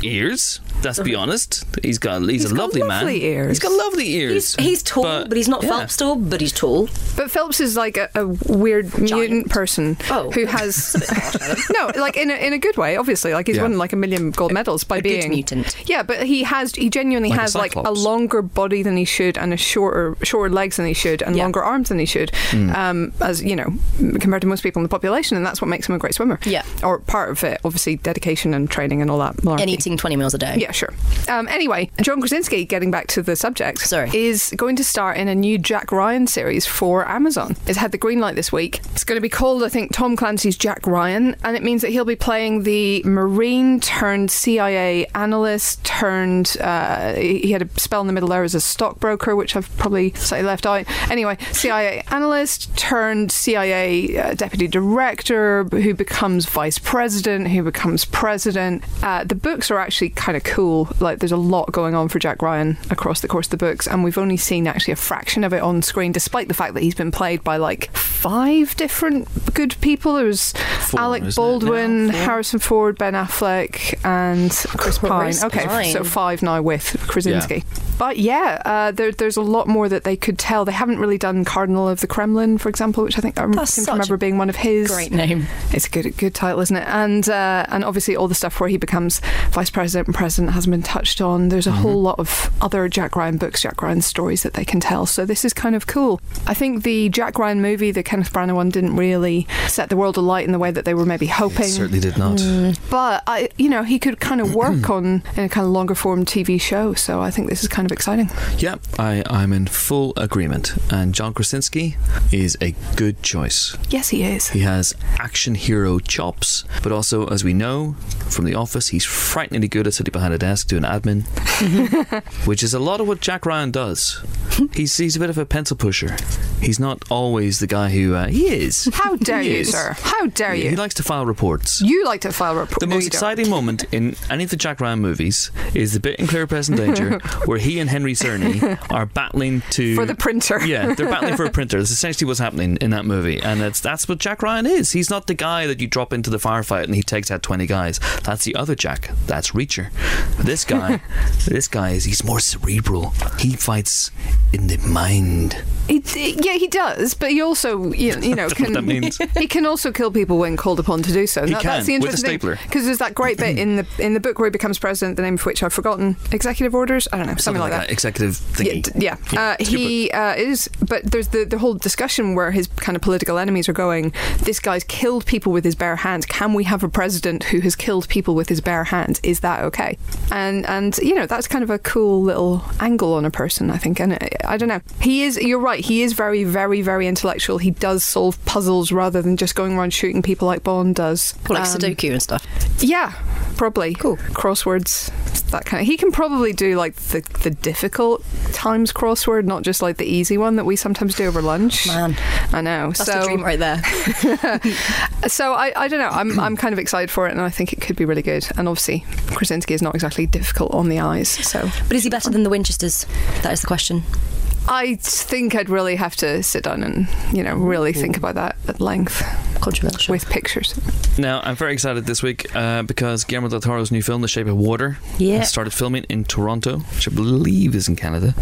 A: ears. Let's be
C: Uh-huh.
A: honest. He's got. He's,
B: He's
A: a
B: got
A: lovely, man.
B: lovely ears.
A: He's got lovely ears.
C: He's, he's tall, but, he's not
A: yeah.
C: Phelps tall, but he's tall.
B: But Phelps is like a, a weird mutant person
C: Oh.
B: who
C: *laughs*
B: has no, like in a, in a good way. Obviously, like he's
A: Yeah.
B: won like a million gold medals by
C: good
B: being
C: mutant.
B: Yeah, but he has he genuinely
A: Like a
B: has like a
A: cyclops.
B: longer body than he should and a shorter shorter legs than he should and
C: Yeah.
B: longer arms than he should.
A: Hmm.
B: Um, as you know, compared to most people in the population, and that's what makes him a great swimmer.
C: Yeah.
B: or part of it, obviously dedication and training and all that. malarkey.
C: And eating 20 meals a day.
B: Yeah, sure. Um, anyway, John Krasinski, getting back to the subject,
C: Sorry.
B: is going to star in a new Jack Ryan series for Amazon. It's had the green light this week. It's going to be called, I think, Tom Clancy's Jack Ryan, and it means that he'll be playing the Marine turned CIA analyst turned. Uh, he he had a spell in the middle there as a stockbroker, which I've probably slightly left out. Anyway, CIA analyst turned CIA uh, deputy director who becomes vice president, who becomes president. Uh, the books are actually kind of cool. Like, there's a lot going on for Jack Ryan across the course of the books, and we've only seen actually a fraction of it on screen, despite the fact that he's been played by like five different good people. There was
A: Four,
B: Alec
A: isn't it now?
B: Baldwin,
C: Four.
B: Harrison Ford, Ben Affleck, and Chris Pine.
C: Chris
B: Okay,
C: Pine.
B: so five now with Krasinski. But yeah, uh, there, there's a lot more that they could tell. They haven't really done Cardinal of the Kremlin, for example, which I think I rem-
C: That's
B: seem to
C: such
B: remember
C: a
B: being one of his.
C: Great name.
B: It's a good, good title, isn't it? And uh, and obviously all the stuff where he becomes vice president and president hasn't been touched on. There's a whole lot of other Jack Ryan books, Jack Ryan stories that they can tell. So this is kind of cool. I think the Jack Ryan movie, the Kenneth Branagh one, didn't really set the world alight in the way that they were maybe hoping.
A: Certainly did not.
C: Mm.
B: But I, you know, he could
A: *clears throat*
B: kind of work on in a kind of longer form TV show. So I think this is kind of exciting.
A: Yeah, I, I'm in full agreement. And John Krasinski is a good choice.
B: Yes, he is.
A: He has action hero chops, but also, as we know from The Office, he's frighteningly good at sitting behind a desk doing
B: *laughs*
A: admin, which is a lot of what Jack Ryan does. He's, he's a bit of a pencil pusher. He's not always the guy who uh, he is.
B: How dare
A: He
B: you,
A: is.
B: sir? How dare
A: He
B: you?
A: likes to file reports.
B: You like to file report.
A: The
B: no,
A: most
B: you don't.
A: exciting moment in any of the Jack Ryan movies is the bit in Clear Present Danger
B: *laughs*
A: where he and Henry Cerny are battling to
B: for the printer.
A: yeah, they're battling for a printer. That's essentially what's happening in that movie, and that's that's what Jack Ryan is. He's not the guy that you drop into the firefight and he takes out twenty guys. That's the other Jack. That's Reacher. This
B: *laughs*
A: guy, this guy is he's more cerebral. He fights in the mind.
B: He, he- yeah, he does, but he also, you,
A: *laughs*
B: you know,
A: That's what
B: can
A: that means.
B: *laughs* he can also kill people when called upon to do so.
A: He
B: That- that's the
A: can, with a
B: interesting
A: stapler.
B: because there's that great bit in the in the book where he becomes president, the name of which I've forgotten. Executive orders, I don't know, something, like that.
A: Executive
B: Yeah,
A: thingy.
B: d- yeah. Uh,
A: it's a good
B: he uh, is, but there's the the whole discussion where his kind of political enemies are going. This guy's killed people with his bare hands. Can we have a president who has killed people with his bare hands? Is that okay? And and you uh, know that's kind of a cool little angle on a person, I think. And I, I don't know. He is. You're right. Like he is very, very, very intellectual. He does solve puzzles rather than just going around shooting people like Bond does.
C: Or like
B: Um,
C: Sudoku and stuff.
B: Yeah, probably.
C: Cool.
B: Crosswords, that kind of. He can probably do like the, the difficult times crossword, not just like the easy one that we sometimes do over lunch.
C: Man.
B: I know.
C: That's
B: so,
C: the dream right
B: *laughs*
C: there.
B: so I, I don't know. I'm, I'm kind of excited for it, and I think it could be really good. And obviously, Krasinski is not exactly difficult on the eyes, so
C: But is he better than the Winchesters? That is the question.
B: I think I'd really have to sit down and you know really think about that at length
C: Controversial.
B: with pictures.
A: Now, I'm very excited this week uh, because Guillermo del Toro's new film, The Shape of Water,
C: Yeah.
A: has started filming in Toronto, which I believe is in Canada.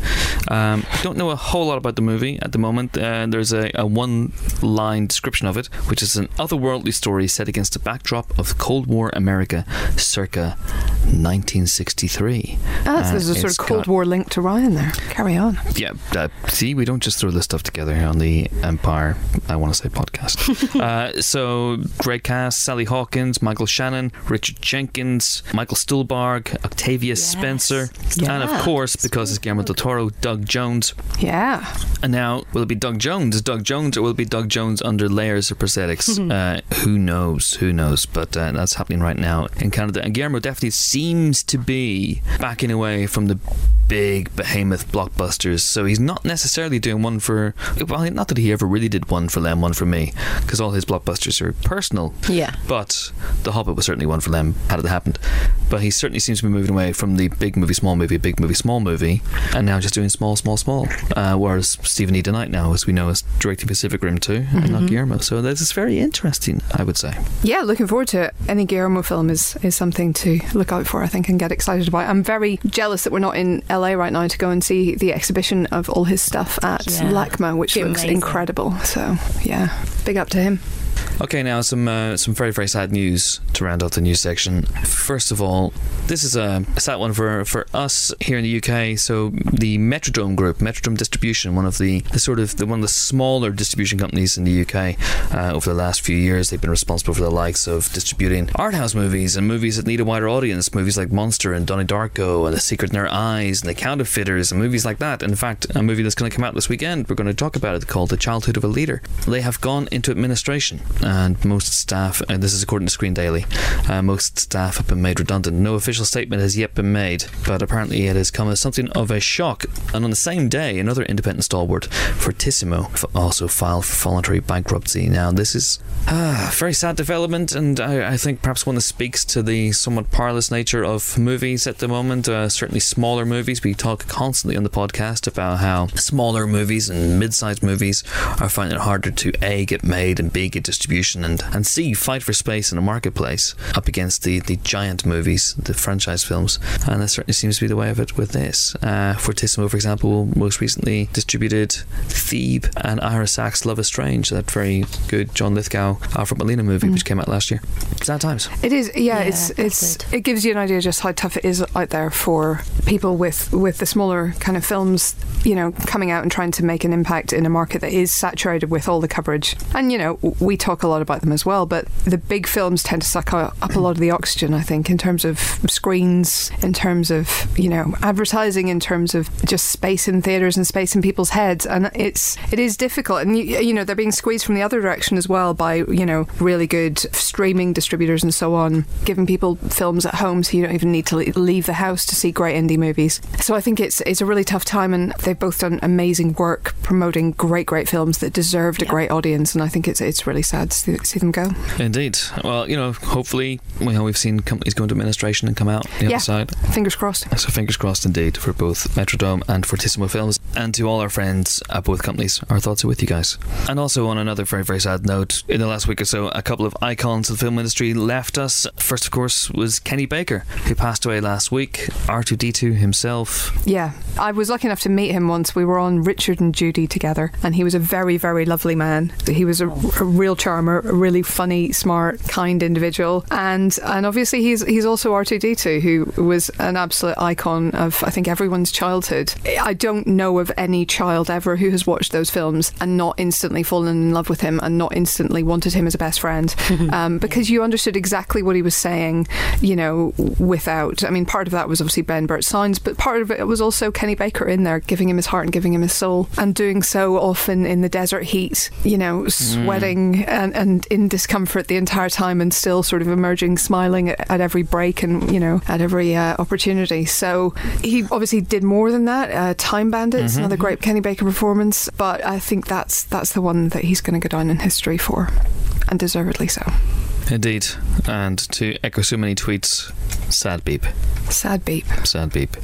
A: Um, don't know a whole lot about the movie at the moment. Uh, there's a, a one line description of it, which is an otherworldly story set against the backdrop of Cold War America circa 1963.
B: Ah, so
A: Uh,
B: there's a sort
A: it's
B: of Cold
A: got-
B: War link to Ryan there. Carry on.
A: Yeah, uh, see, we don't just throw this stuff together on the Empire, I want to say podcast. uh, so, Greg Cass, Sally Hawkins, Michael Shannon, Richard Jenkins, Michael Stuhlbarg, Octavia
C: Yes.
A: Spencer,
C: Yeah.
A: and of course, because it's Guillermo del Toro, Doug Jones.
B: Yeah.
A: And now, will it be Doug Jones? Is Doug Jones, or will it be Doug Jones under layers of prosthetics? uh, who knows? Who knows? But uh, that's happening right now in Canada. And Guillermo definitely seems to be backing away from the big behemoth blockbusters. So he's not necessarily doing one for. Well, not that he ever really did one for them, one for me, because all his blockbusters are personal.
C: Yeah.
A: But The Hobbit was certainly one for them, had it happened. But he certainly seems to be moving away from the big movie, small movie, big movie, small movie, and now just doing small, small, small. Uh, whereas Stephen E. Knight now, as we know, is directing Pacific Rim 2 and not Guillermo. So this is very interesting, I would say.
B: Yeah, looking forward to it. Any Guillermo film is, is something to look out for, I think, and get excited about. I'm very jealous that we're not in LA right now to go and see the exhibition of all his stuff at
C: Yeah.
B: LACMA, which
C: Be
B: looks
C: amazing.
B: incredible. So, yeah, big up to him.
A: Okay, now some uh, some very very sad news to round off the news section. First of all, this is a sad one for for us here in the UK. So the Metrodome Group, Metrodome Distribution, one of the, the sort of the one of the smaller distribution companies in the UK uh, over the last few years, they've been responsible for the likes of distributing art house movies and movies that need a wider audience, movies like Monster and Donnie Darko and The Secret in Our Eyes and The Counterfeiters and movies like that. In fact, a movie that's going to come out this weekend, we're going to talk about it called The Childhood of a Leader. They have gone into administration, and most staff, and this is according to Screen Daily, uh, most staff have been made redundant. No official statement has yet been made, but apparently it has come as something of a shock. And on the same day, another independent stalwart, Fortissimo, f- also filed for voluntary bankruptcy. Now, this is Ah, very sad development, and I, I think perhaps one that speaks to the somewhat parlous nature of movies at the moment. Uh, certainly, smaller movies. We talk constantly on the podcast about how smaller movies and mid-sized movies are finding it harder to a get made and b get distribution and and c fight for space in a marketplace up against the the giant movies, the franchise films, and that certainly seems to be the way of it with this. Uh, Fortissimo, for example, most recently distributed Thebe and Ira Sachs' Love is Strange, that very good John Lithgow, Alfred Molina movie, which came out last year. Sad times.
B: It is, yeah.
C: Yeah,
B: it's it's
C: that's
B: it gives you an idea just how tough it is out there for people with with the smaller kind of films, you know, coming out and trying to make an impact in a market that is saturated with all the coverage. And you know, w- we talk a lot about them as well, but the big films tend to suck o- up a lot of the oxygen. I think in terms of screens, in terms of you know advertising, in terms of just space in theaters and space in people's heads, and it's it is difficult. And you, you know, they're being squeezed from the other direction as well by you know really good streaming distributors and so on, giving people films at home so you don't even need to le- leave the house to see great indie movies. So I think it's it's a really tough time, and they've both done amazing work promoting great great films that deserved a great audience. And I think it's it's really sad to see, see them go.
A: Indeed. Well, you know, hopefully, you know, we've seen companies go into administration and come out the
B: Yeah.
A: other side.
B: Fingers crossed.
A: So fingers crossed indeed for both Metrodome and Fortissimo Films. And to all our friends at both companies, our thoughts are with you guys. And also on another very, very sad note, in the last week or so, a couple of icons of the film industry left us. First, of course, was Kenny Baker, who passed away last week. R2D2 himself.
B: Yeah, I was lucky enough to meet him once. We were on Richard and Judy together, and he was a very, very lovely man. He was a, a real charm. Farmer, a really funny, smart, kind individual, and and obviously he's he's also R two D two, who was an absolute icon of I think everyone's childhood. I don't know of any child ever who has watched those films and not instantly fallen in love with him and not instantly wanted him as a best friend, um, because you understood exactly what he was saying, you know, without. I mean, part of that was obviously Ben Burt Signs, but part of it was also Kenny Baker in there, giving him his heart and giving him his soul, and doing so often in the desert heat, you know, sweating and, and in discomfort the entire time, and still sort of emerging smiling at, at every break and you know at every uh, opportunity. So he obviously did more than that. Uh, Time Bandits, another great Kenny Baker performance, but I think that's that's the one that he's going to go down in history for, and deservedly so.
A: Indeed. And to echo so many tweets, sad beep,
B: Sad beep.
A: sad beep.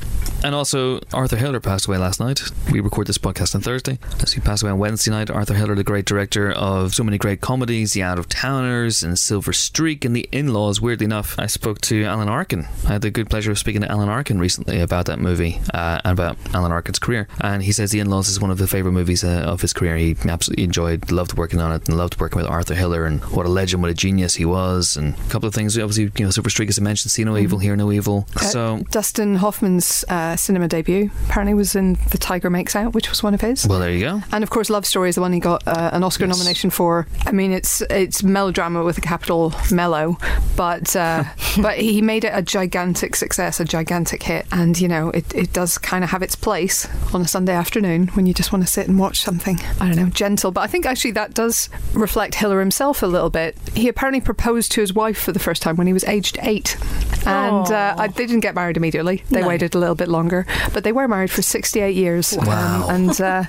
A: And also, Arthur Hiller passed away last night. We record this podcast on Thursday. As he passed away on Wednesday night, Arthur Hiller, the great director of so many great comedies, The Out of Towners and Silver Streak and The In Laws, weirdly enough, I spoke to Alan Arkin. I had the good pleasure of speaking to Alan Arkin recently about that movie uh, and about Alan Arkin's career. And he says The In Laws is one of the favourite movies uh, of his career. He absolutely enjoyed, loved working on it, and loved working with Arthur Hiller and what a legend, what a genius he was. And a couple of things, obviously, you know, Silver Streak, as I mentioned, See No Evil, Hear No Evil.
B: Uh,
A: so.
B: Dustin Hoffman's uh, cinema debut apparently was in The Tiger Makes Out, which was one of his.
A: Well, there you go.
B: And of course, Love Story is the one he got uh, an Oscar
A: Yes.
B: nomination for. I mean, it's it's melodrama with a capital mellow, but uh,
C: *laughs*
B: but he made it a gigantic success, a gigantic hit, and you know it, it does kind of have its place on a Sunday afternoon when you just want to sit and watch something. I don't know, gentle, but I think actually that does reflect Hiller himself a little bit. He apparently proposed to his wife for the first time when he was aged eight, and uh,
C: Aw.
B: I, they didn't get married immediately. They
C: No.
B: waited a little bit longer, but they were married for 68 years.
A: Wow.
B: Um, and uh,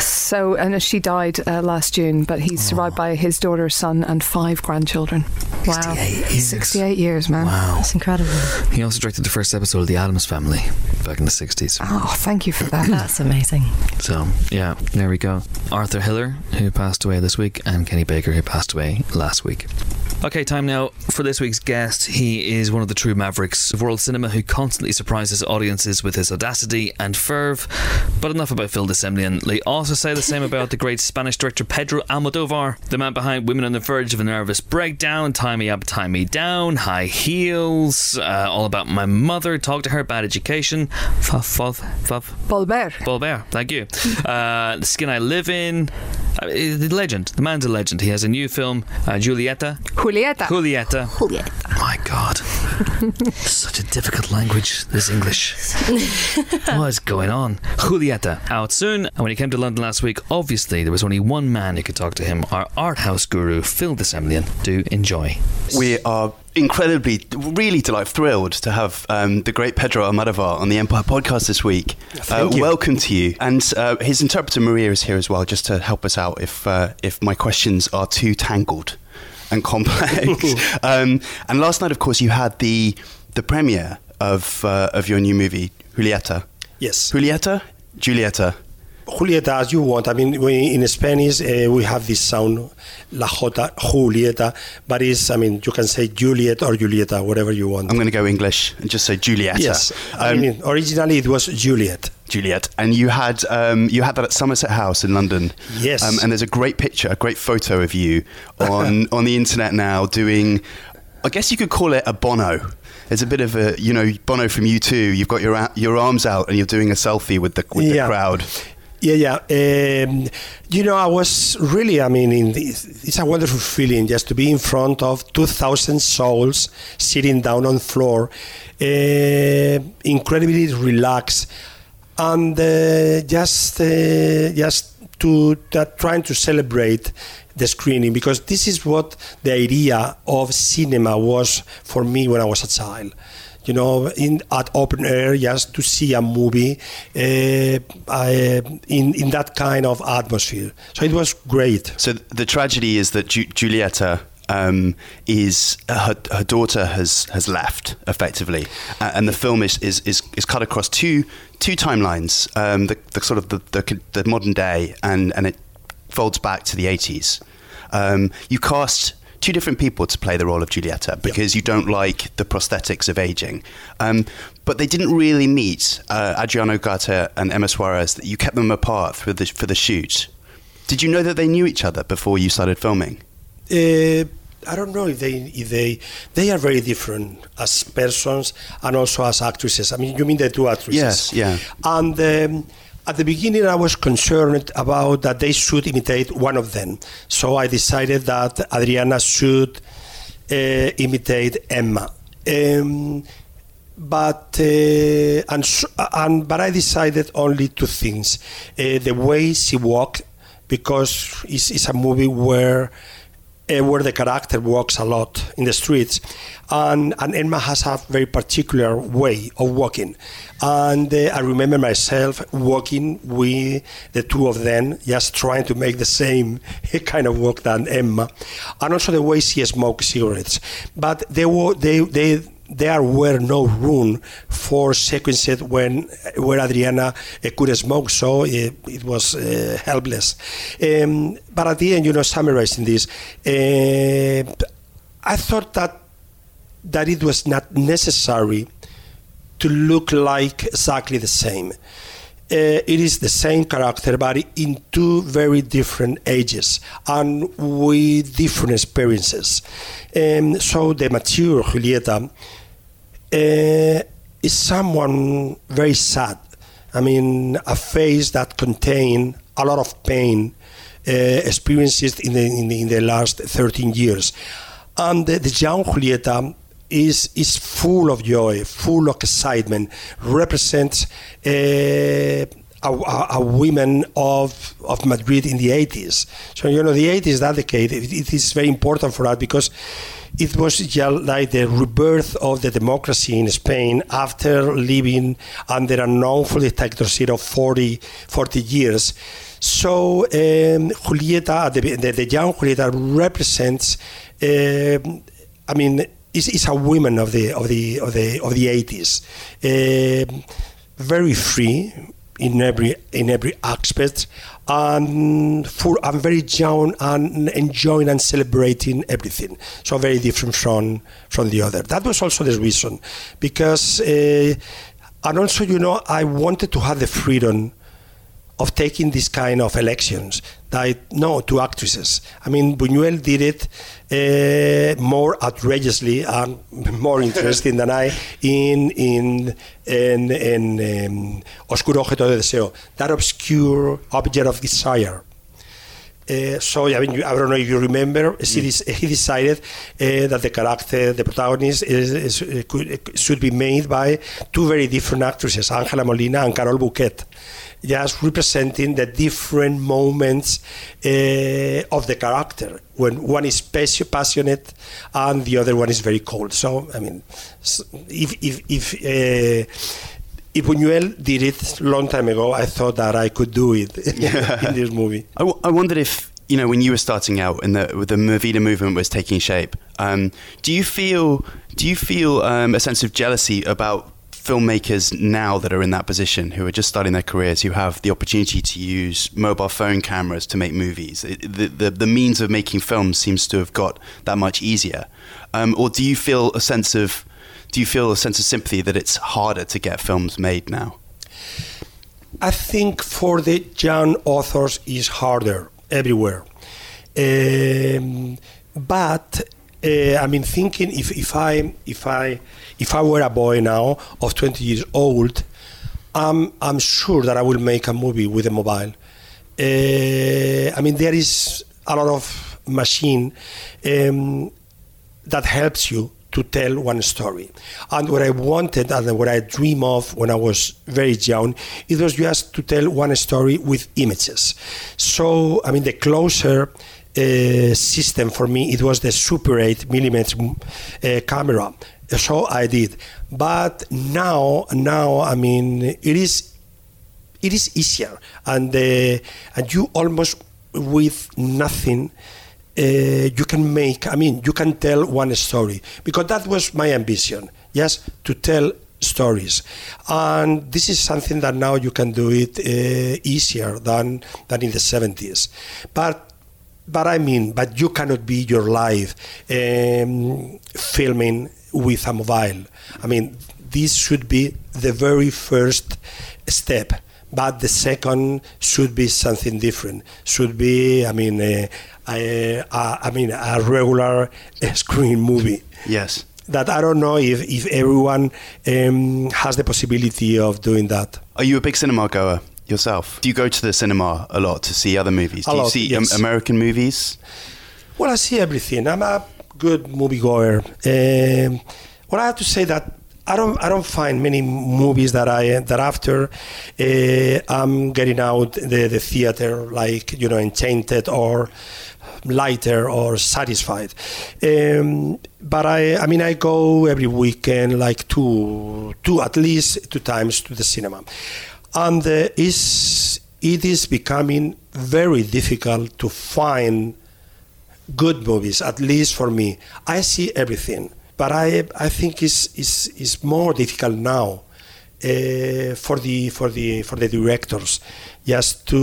B: so, and she died uh, last June, but he's
A: Oh.
B: survived by his daughter, son, and five grandchildren. Wow. 68 years. man.
A: Wow.
C: That's incredible.
A: He also directed the first episode of The Adams Family back in the 60s.
B: Oh, thank you
A: *clears throat*
B: for that.
C: That's amazing.
A: So, yeah, there we go. Arthur Hiller, who passed away this week, and Kenny Baker, who passed away last week. Okay, time now for this week's guest. He is one of the true mavericks of world cinema who constantly surprises audiences with his audacity and ferve. But enough about Phil Dissemblian. They also say the same about the great Spanish director Pedro Almodovar, the man behind Women on the Verge of a Nervous Breakdown, Tie Me Up, Tie Me Down, High Heels, uh, All About My Mother, Talk to Her, Bad Education, Fuff, Fuff, Fuff,
B: Bolbert.
A: Bolbert, thank you. Uh, the Skin I Live In. Uh, the legend. The man's a legend. He has a new film, uh, Julieta.
B: Julieta.
A: Julieta. Oh My God. Such a difficult language, this English. what is going on? Julieta, out soon. And when he came to London last week, obviously there was only one man who could talk to him our art house guru, Phil Dissemblian. Do enjoy.
D: We are incredibly, really delighted, thrilled to have um, the great Pedro Almodovar on the Empire podcast this week.
E: Thank
D: uh,
E: you.
D: Welcome to you. And uh, his interpreter Maria is here as well, just to help us out if, uh, if my questions are too tangled and
E: *laughs*
D: complex. um, and last night, of course, you had the, the premiere of, uh, of your new movie, Julieta.
E: Yes.
D: Julieta? Julieta.
E: Julieta, as you want. I mean, we, in Spanish, uh, we have this sound, la jota, Julieta, but it's, I mean, you can say Juliet or Julieta, whatever you want.
D: I'm going to go English and just say Julieta.
E: yes. I
D: Um,
E: mean, originally it was Juliet.
D: Juliet, and you had um, you had that at Somerset House in London.
E: Yes.
D: um, and there's a great picture, a great photo of you
E: *laughs*
D: on on the internet now doing. I guess you could call it a bono. It's a bit of a you know bono from you too. You've got your a- your arms out and you're doing a selfie with the with
E: Yeah.
D: the crowd.
E: Yeah, yeah. Um, you know, I was really, I mean, in the, it's a wonderful feeling just to be in front of 2,000 souls sitting down on floor, uh, incredibly relaxed, and uh, just, uh, just to that trying to celebrate the screening because this is what the idea of cinema was for me when I was a child. You know, in at open air, just to see a movie uh, I, in in that kind of atmosphere. So it was great.
D: So th- the tragedy is that Ju- Julieta um, is her, her daughter has has left effectively, uh, and the film is, is is is cut across two two timelines, um, the, the sort of the, the the modern day, and and it folds back to the eighties. Um, you cast. Two different people to play the role of Julieta because you don't like the prosthetics of aging, um, but they didn't really meet uh, Adriano Gata and Emma Suarez. That you kept them apart for the for the shoot. Did you know that they knew each other before you started filming?
E: uh, I don't know if they if they they are very different as persons and also as actresses. I mean, you mean the two actresses?
D: Yes, yeah.
E: And um, at the beginning, I was concerned about that they should imitate one of them. So I decided that Adriana should uh, imitate Emma. Um, but uh, and, so, and but I decided only two things: uh, the way she walked, because it's, it's a movie where uh, where the character walks a lot in the streets, and, and Emma has a very particular way of walking. And uh, I remember myself walking with the two of them, just trying to make the same *laughs* kind of walk than Emma, and also the way she smokes cigarettes. But there were they they. There were no room for sequences when where Adriana uh, could smoke, so it, it was uh, helpless. Um, but at the end, you know, summarizing this, uh, I thought that that it was not necessary to look like exactly the same. Uh, it is the same character, but in two very different ages and with different experiences. Um, so the mature Julieta uh, is someone very sad. I mean, a face that contains a lot of pain uh, experiences in the, in, the, in the last 13 years. And the, the young Julieta is is full of joy, full of excitement, represents uh, a, a, a woman of of Madrid in the 80s. So you know the 80s that decade it, it is very important for us because it was just like the rebirth of the democracy in Spain after living under a non-full dictatorship of 40, 40 years. So um, Julieta, the, the, the young Julieta represents, um I mean, is, is a woman of the of the of the of the eighties, um very free in every in every aspect, and full and very young and enjoying and celebrating everything. So very different from from the other. That was also the reason, because uh, and also you know I wanted to have the freedom of taking this kind of elections. That no to actresses. I mean, Buñuel did it uh, more outrageously and *laughs* more interesting than I in in in, in um, Oscuro objeto de deseo, that obscure object of desire. Uh, so I mean, you, I don't know if you remember. He, dec- he decided uh, that the character, the protagonist, is, is, uh, could, should be made by two very different actresses, Angela Molina and Carol Bouquet, just representing the different moments eh, of the character. When one is passi- passionate and the other one is very cold. So I mean, s- if if if. if Buñuel did it long time ago. I thought that I could do it *laughs* in this movie.
D: I, w- I wondered if you know when you were starting out and the the Movida movement was taking shape. Um, do you feel do you feel um, a sense of jealousy about filmmakers now that are in that position who are just starting their careers who have the opportunity to use mobile phone cameras to make movies? It, the, the the means of making films seems to have got that much easier. Um, or do you feel a sense of do you feel a sense of sympathy that it's harder to get films made now?
E: I think for the young authors is harder everywhere. Um, but uh, I mean, thinking if, if I if I if I were a boy now of 20 years old, I'm I'm sure that I will make a movie with a mobile. Uh, I mean, there is a lot of machine um, that helps you to tell one story. And what I wanted and what I dream of when I was very young, it was just to tell one story with images. So, I mean, the closer uh, system for me, it was the Super 8 millimeter uh, camera. So I did. But now, now, I mean, it is, it is easier. And, uh, and you almost with nothing, uh, you can make i mean you can tell one story because that was my ambition yes to tell stories and this is something that now you can do it uh, easier than than in the 70s but but i mean but you cannot be your life um, filming with a mobile i mean this should be the very first step but the second should be something different. Should be, I mean, a, a, a, I mean, a regular uh, screen movie.
D: Yes.
E: That I don't know if, if everyone um, has the possibility of doing that.
D: Are you a big cinema goer yourself? Do you go to the cinema a lot to see other movies?
E: A
D: Do you
E: lot,
D: see
E: yes.
D: Am- American movies?
E: Well, I see everything. I'm a good moviegoer. Um, well, I have to say that I don't I don't find many movies that I that after uh, I'm getting out the the theater like you know enchanted or lighter or satisfied. Um, but I I mean I go every weekend like two two at least two times to the cinema, and uh, is it is becoming very difficult to find good movies, at least for me. I see everything, but I I think it's it's, it's more difficult now uh, for the for the for the directors just to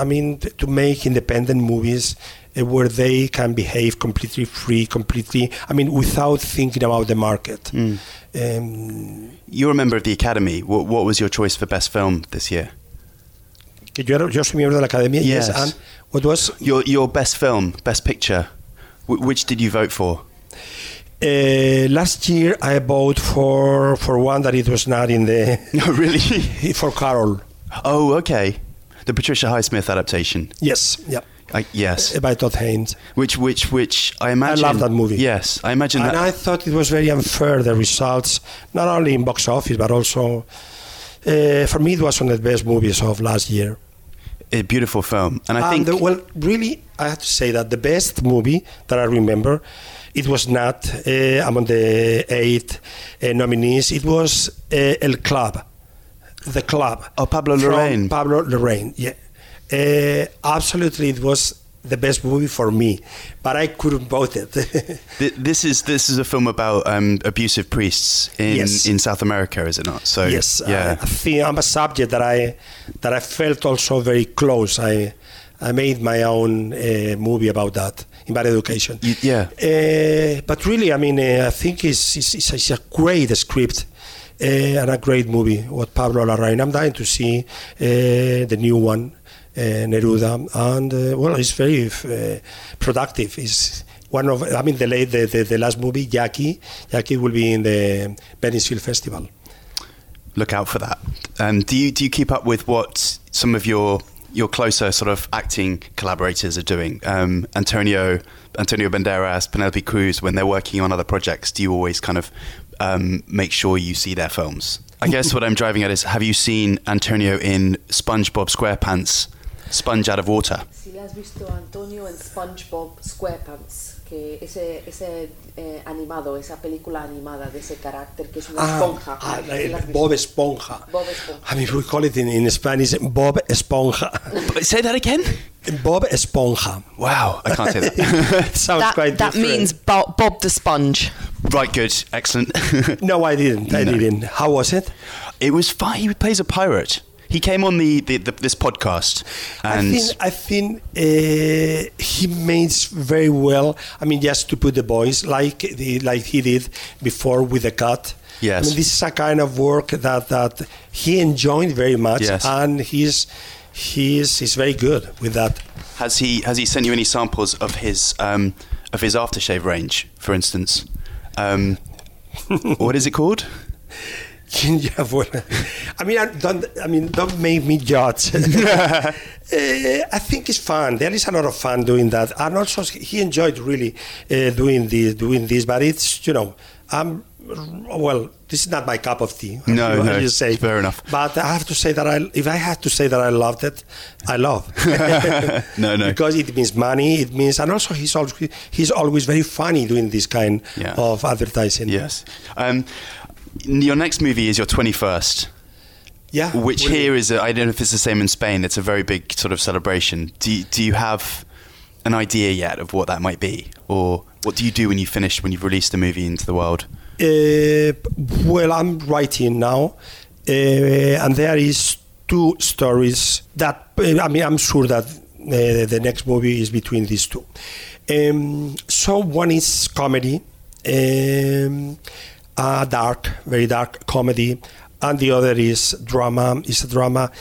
E: I mean t- to make independent movies uh, where they can behave completely free, completely I mean without thinking about the market. Um,
D: You're a member of the Academy. What, what was your choice for best film this year?
E: que yo, era- yo soy miembro de la academia. Yes.
D: Yes.
E: and what was
D: Your your best film, best picture. Wh- which did you vote for? *laughs*
E: uh, last year? I bought for for one that it was not in the
D: *laughs* No,
E: *laughs*
D: really.
E: for Carol.
D: oh, okay. The Patricia Highsmith adaptation.
E: Yes, yeah, Uh,
D: I, yes.
E: by Todd Haynes.
D: Which which which I imagine.
E: that movie.
D: Yes, I imagine
E: And
D: that.
E: I thought it was very unfair the results, not only in box office but also uh, for me it was one of the best movies of last year.
D: a beautiful film, and I
E: And,
D: think
E: uh, well, really, I have to say that the best movie that I remember, it was not uh, among the eight uh, nominees. It was uh, El Club, the club.
D: Oh, Pablo
E: From
D: Lorraine.
E: Pablo Lorraine. Yeah, uh, absolutely, it was the best movie for me, but I couldn't vote it. *laughs*
D: Th- this is this is a film about um, abusive priests in
E: Yes.
D: in South America, is it not? So
E: yes, uh,
D: yeah.
E: I, I think I'm a subject that I that I felt also very close. I I made my own uh, movie about that in my education.
D: You- yeah.
E: Uh, but really, I mean, uh, I think it's it's, it's, it's a great script. Uh, and a great movie with Pablo Larraín. I'm dying to see uh, the new one, uh, Neruda, and uh, well, it's very uh, productive. It's one of, I mean, the, late, the, the the last movie, Jackie. Jackie will be in the Venice Film Festival.
D: Look out for that. Um, do you do you keep up with what some of your your closer sort of acting collaborators are doing? Um, Antonio Antonio Banderas, Penelope Cruz, when they're working on other projects, do you always kind of um, make sure you see their films? I guess what I'm driving at is, have you seen Antonio in SpongeBob SquarePants, Sponge Out of Water?
F: Si le has visto a Antonio en SpongeBob SquarePants, que ese, ese eh, animado, esa película animada de ese carácter que es una esponja.
E: Ah,
F: ¿sí
E: ah,
F: la has visto?
E: Bob Esponja.
F: Bob Esponja.
E: I mean, we call it in, in Spanish Bob Esponja. *laughs*
D: But say that again.
E: Bob Esponja.
D: Wow, I can't say
E: *laughs*
D: that. *laughs*
E: It sounds
G: That,
E: quite
G: that
E: different.
G: means Bob, Bob the Sponge.
D: Right, good, excellent. *laughs*
E: No, I didn't. I didn't. How was it?
D: it was fun. He plays a pirate. He came on the, the, the this podcast, and
E: I think I think uh, he made very well. I mean, just to put the boys like the like he did before with the cut.
D: Yes.
E: I mean, this is a kind of work that that he enjoyed very much,
D: Yes.
E: and he's he's he's very good with that.
D: has he has he sent you any samples of his um, of his aftershave range, for instance? Um, what is it called?
E: yeah, well, I mean, I don't. I mean, don't make me
D: *laughs*
E: judge. Uh, I think it's fun. There is a lot of fun doing that, and also he enjoyed really uh, doing this, doing this. But it's you know, I'm well. This is not my cup of tea. as
D: No,
E: you-
D: no,
E: as you say.
D: fair enough.
E: But I have to say that I, if I had to say that I loved it, I love.
D: *laughs* No, no.
E: Because it means money. It means, and also he's always he's always very funny doing this kind
D: Yeah.
E: of advertising.
D: Yes. Um, your next movie is your twenty first.
E: Yeah.
D: Which
E: Will-
D: here is, a, I don't know if it's the same in Spain. It's a very big sort of celebration. Do you, do you have an idea yet of what that might be, or what do you do when you finish when you've released the movie into the world?
E: Uh, well, I'm writing now, uh, and there is two stories that uh, I mean I'm sure that uh, the next movie is between these two. Um, so one is comedy, um, uh, dark, very dark comedy, and the other is drama. Is a drama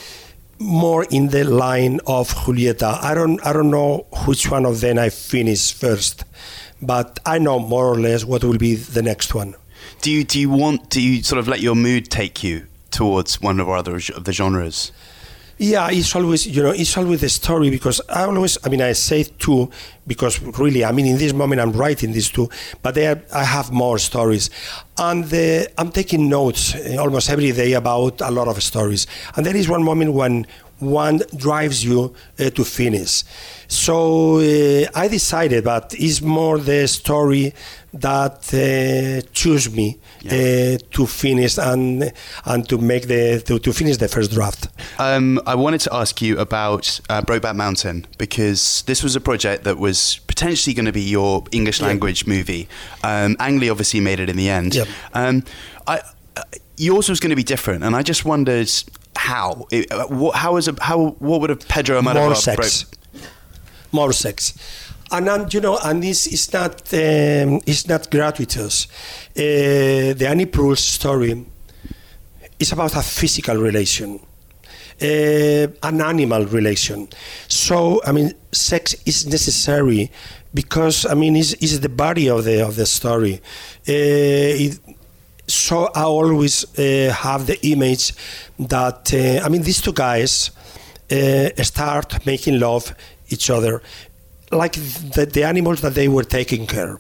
E: more in the line of Julieta. I don't I don't know which one of them I finish first, but I know more or less what will be the next one.
D: Do you do you want do you sort of let your mood take you towards one or other of the genres?
E: Yeah, it's always you know it's always the story because I always I mean I say two because really I mean in this moment I'm writing these two, but they are, I have more stories, and the, I'm taking notes eh, almost every day about a lot of stories, and there is one moment when one drives you uh, to finish. So uh, I decided, but it's more the story that uh, choose me uh, to finish and and to make the to, to finish the first draft.
D: Um, I wanted to ask you about uh, Brokeback Mountain because this was a project that was potentially going to be your English language movie. Um, Ang Lee obviously made it in the end.
E: Yep.
D: Um, I, uh, yours was going to be different, and I just wondered how. It, uh, what, how is a, how what would a Pedro Amado
E: more
D: Bro-
E: sex, more sex, and then, you know, and this is not um, it's not gratuitous. Uh, the Annie Proulx story is about a physical relation, uh, an animal relation. So I mean, sex is necessary because I mean, it's, it's the body of the of the story. Uh, it, so I always uh, have the image that uh, I mean these two guys uh, start making love each other like the, the animals that they were taking care.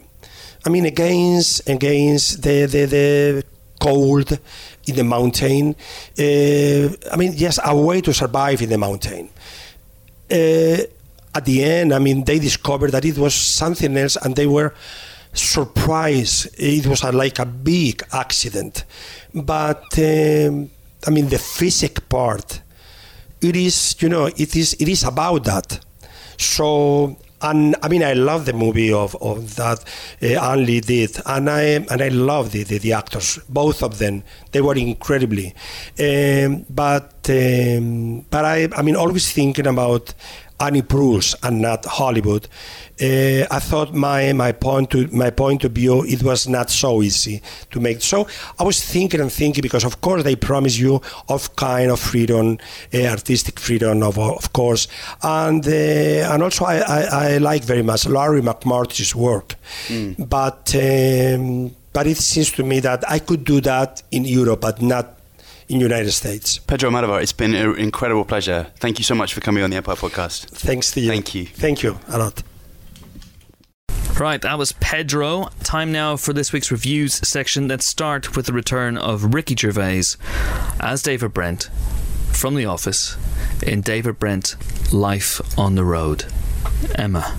E: I mean against against the the, the cold in the mountain. Uh, I mean yes, a way to survive in the mountain uh, at the end, I mean, they discovered that it was something else, and they were surprised. It was a, like a big accident, but um, I mean, the physic part. It is, you know, it is it is about that. So, and I mean, I love the movie of, of that uh, Anne Lee did, and I and I love the, the the actors, both of them. They were incredibly, um, but um, but I I mean, always thinking about Annie Proulx and not Hollywood. Uh, I thought my my point to my point of view it was not so easy to make. So I was thinking and thinking because of course they promise you of kind of freedom, uh, artistic freedom of of course, and uh, and also I, I, I like very much Larry McMurtry's work,
D: Hmm.
E: but. Um, but it seems to me that I could do that in Europe, but not in United States.
D: Pedro Amado, it's been an incredible pleasure. Thank you so much for coming on the Empire Podcast.
E: Thanks to you.
D: Thank you.
E: Thank you a lot.
A: Right, that was Pedro. Time now for this week's reviews section. Let's start with the return of Ricky Gervais as David Brent from The Office in David Brent Life on the Road. Emma.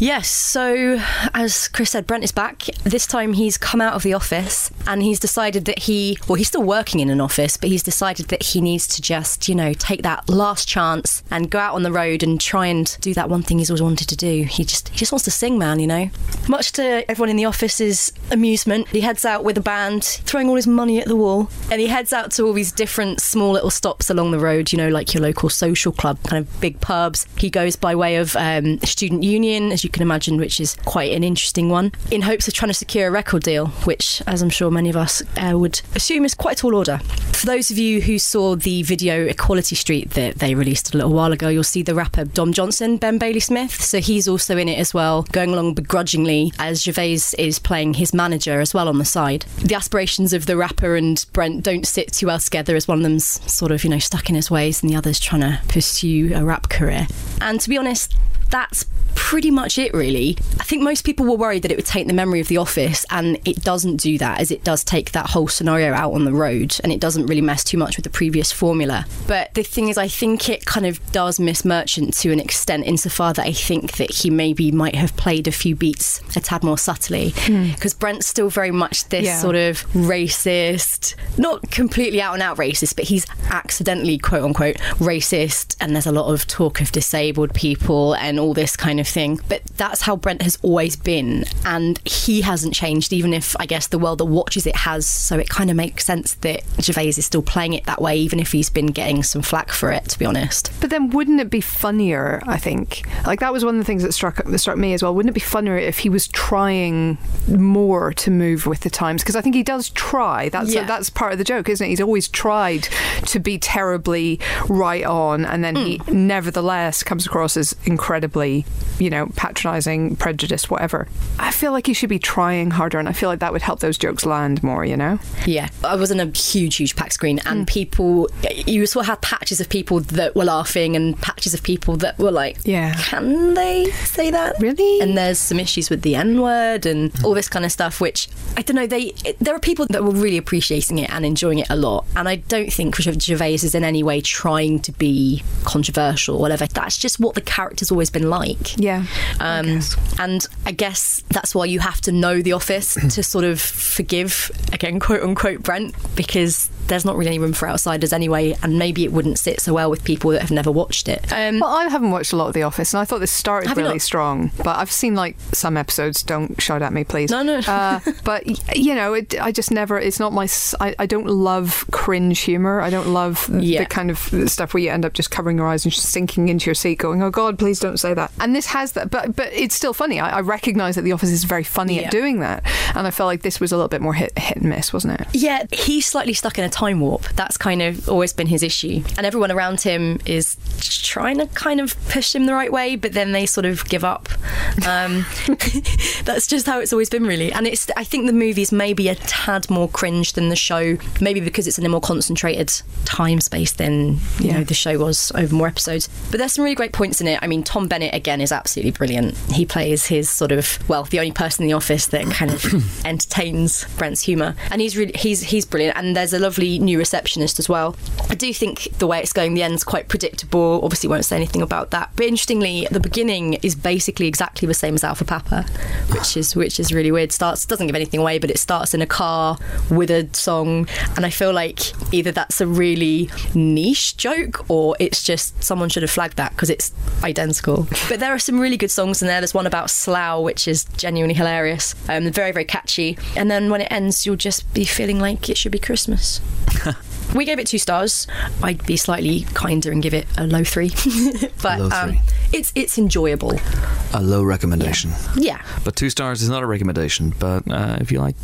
C: Yes, so as Chris said, Brent is back. This time he's come out of the office and he's decided that he, well, he's still working in an office, but he's decided that he needs to just, you know, take that last chance and go out on the road and try and do that one thing he's always wanted to do. He just, he just wants to sing, man, you know. Much to everyone in the office's amusement, he heads out with a band, throwing all his money at the wall, and he heads out to all these different small little stops along the road, you know, like your local social club, kind of big pubs. He goes by way of um, student union, as you can imagine, which is quite an interesting one, in hopes of trying to secure a record deal, which, as I'm sure many of us uh, would assume, is quite a tall order. For those of you who saw the video Equality Street that they released a little while ago, you'll see the rapper Dom Johnson, Ben Bailey Smith. So he's also in it as well, going along begrudgingly as Gervais is playing his manager as well on the side. The aspirations of the rapper and Brent don't sit too well together as one of them's sort of, you know, stuck in his ways and the other's trying to pursue a rap career. And to be honest, that's pretty much it really i think most people were worried that it would take the memory of the office and it doesn't do that as it does take that whole scenario out on the road and it doesn't really mess too much with the previous formula but the thing is i think it kind of does miss merchant to an extent insofar that i think that he maybe might have played a few beats a tad more subtly *laughs* because brent's still very much this
B: Yeah.
C: sort of racist not completely out and out racist but he's accidentally quote unquote racist and there's a lot of talk of disabled people and all all this kind of thing. But that's how Brent has always been, and he hasn't changed, even if I guess the world that watches it has. So it kind of makes sense that Gervais is still playing it that way, even if he's been getting some flack for it, to be honest.
B: But then, wouldn't it be funnier? I think like that was one of the things that struck that struck me as well. Wouldn't it be funnier if he was trying more to move with the times? Because I think he does try. That's
C: Yeah.
B: that's part of the joke, isn't it? He's always tried to be terribly right on, and then he nevertheless comes across as incredibly, you know, patronising, prejudiced, whatever. I feel like he should be trying harder, and I feel like that would help those jokes land more. You know.
C: Yeah, I was in a huge, huge packed screen,
B: Hmm.
C: and people, you sort of had patches of people that were laughing and patches of people that were like,
B: Yeah.
C: can they say that?
B: Really? Hmm.
C: And there's some issues with the N word and all this kind of stuff, which I don't know. They there are people that were really appreciating it and enjoying it a lot, and I don't think Richard Gervais is in any way trying to be controversial or whatever. That's just what the character's always been like.
B: Yeah.
C: Um, and I guess that's why you have to know The Office to sort of forgive, again, quote unquote, Brent, because there's not really any room for outsiders anyway, and maybe it wouldn't sit so well with people that have never watched it. Um,
B: Well, I haven't watched a lot of The Office, and I thought this started
C: Have you
B: really
C: not?
B: strong, but I've seen like some episodes. Don't shout at me, please.
C: No, no. *laughs*
B: Uh, but y- you know, it, I just never. It's not my. s- I, I don't love cringe humor. I don't love
C: Yeah.
B: the kind of stuff where you end up just covering your eyes and just sinking into your seat, going, "Oh God, please don't say that." And this has that, but but it's still funny. I, I recognize that The Office is very funny
C: Yeah.
B: at doing that, and I felt like this was a little bit more hit hit and miss, wasn't it?
C: yeah, he's slightly stuck in a time warp. That's kind of always been his issue. And everyone around him is trying to kind of push him the right way, but then they sort of give up. Um, *laughs* that's just how it's always been, really. And it's I think the movie's maybe a tad more cringe than the show, maybe because it's in a more concentrated time space than you
B: Yeah.
C: know the show was over more episodes. But there's some really great points in it. I mean, Tom Bennett again is absolutely brilliant. He plays his sort of well, the only person in the office that kind of entertains Brent's humour, and he's really he's he's brilliant. And there's a lovely new receptionist as well. I do think the way it's going, the end's quite predictable. Obviously, won't say anything about that. But interestingly, the beginning is basically exactly the same as Alpha Papa, which is which is really weird. Starts doesn't give anything away, but it starts in a car with a song, and I feel like either that's a really niche joke or it's just someone should have flagged that because it's identical. But there are some really good songs in there. There's one about Slough, which is genuinely hilarious, um, very very catchy. And then when it ends, you'll just be feeling like it should be
A: *laughs*
C: Christmas. We gave it two stars. I'd be slightly kinder and give it a low three, *laughs* but
A: Low
C: Um,
A: three.
C: it's it's enjoyable.
A: A low recommendation.
C: Yeah,
A: But two stars is not a recommendation. But uh, if you like,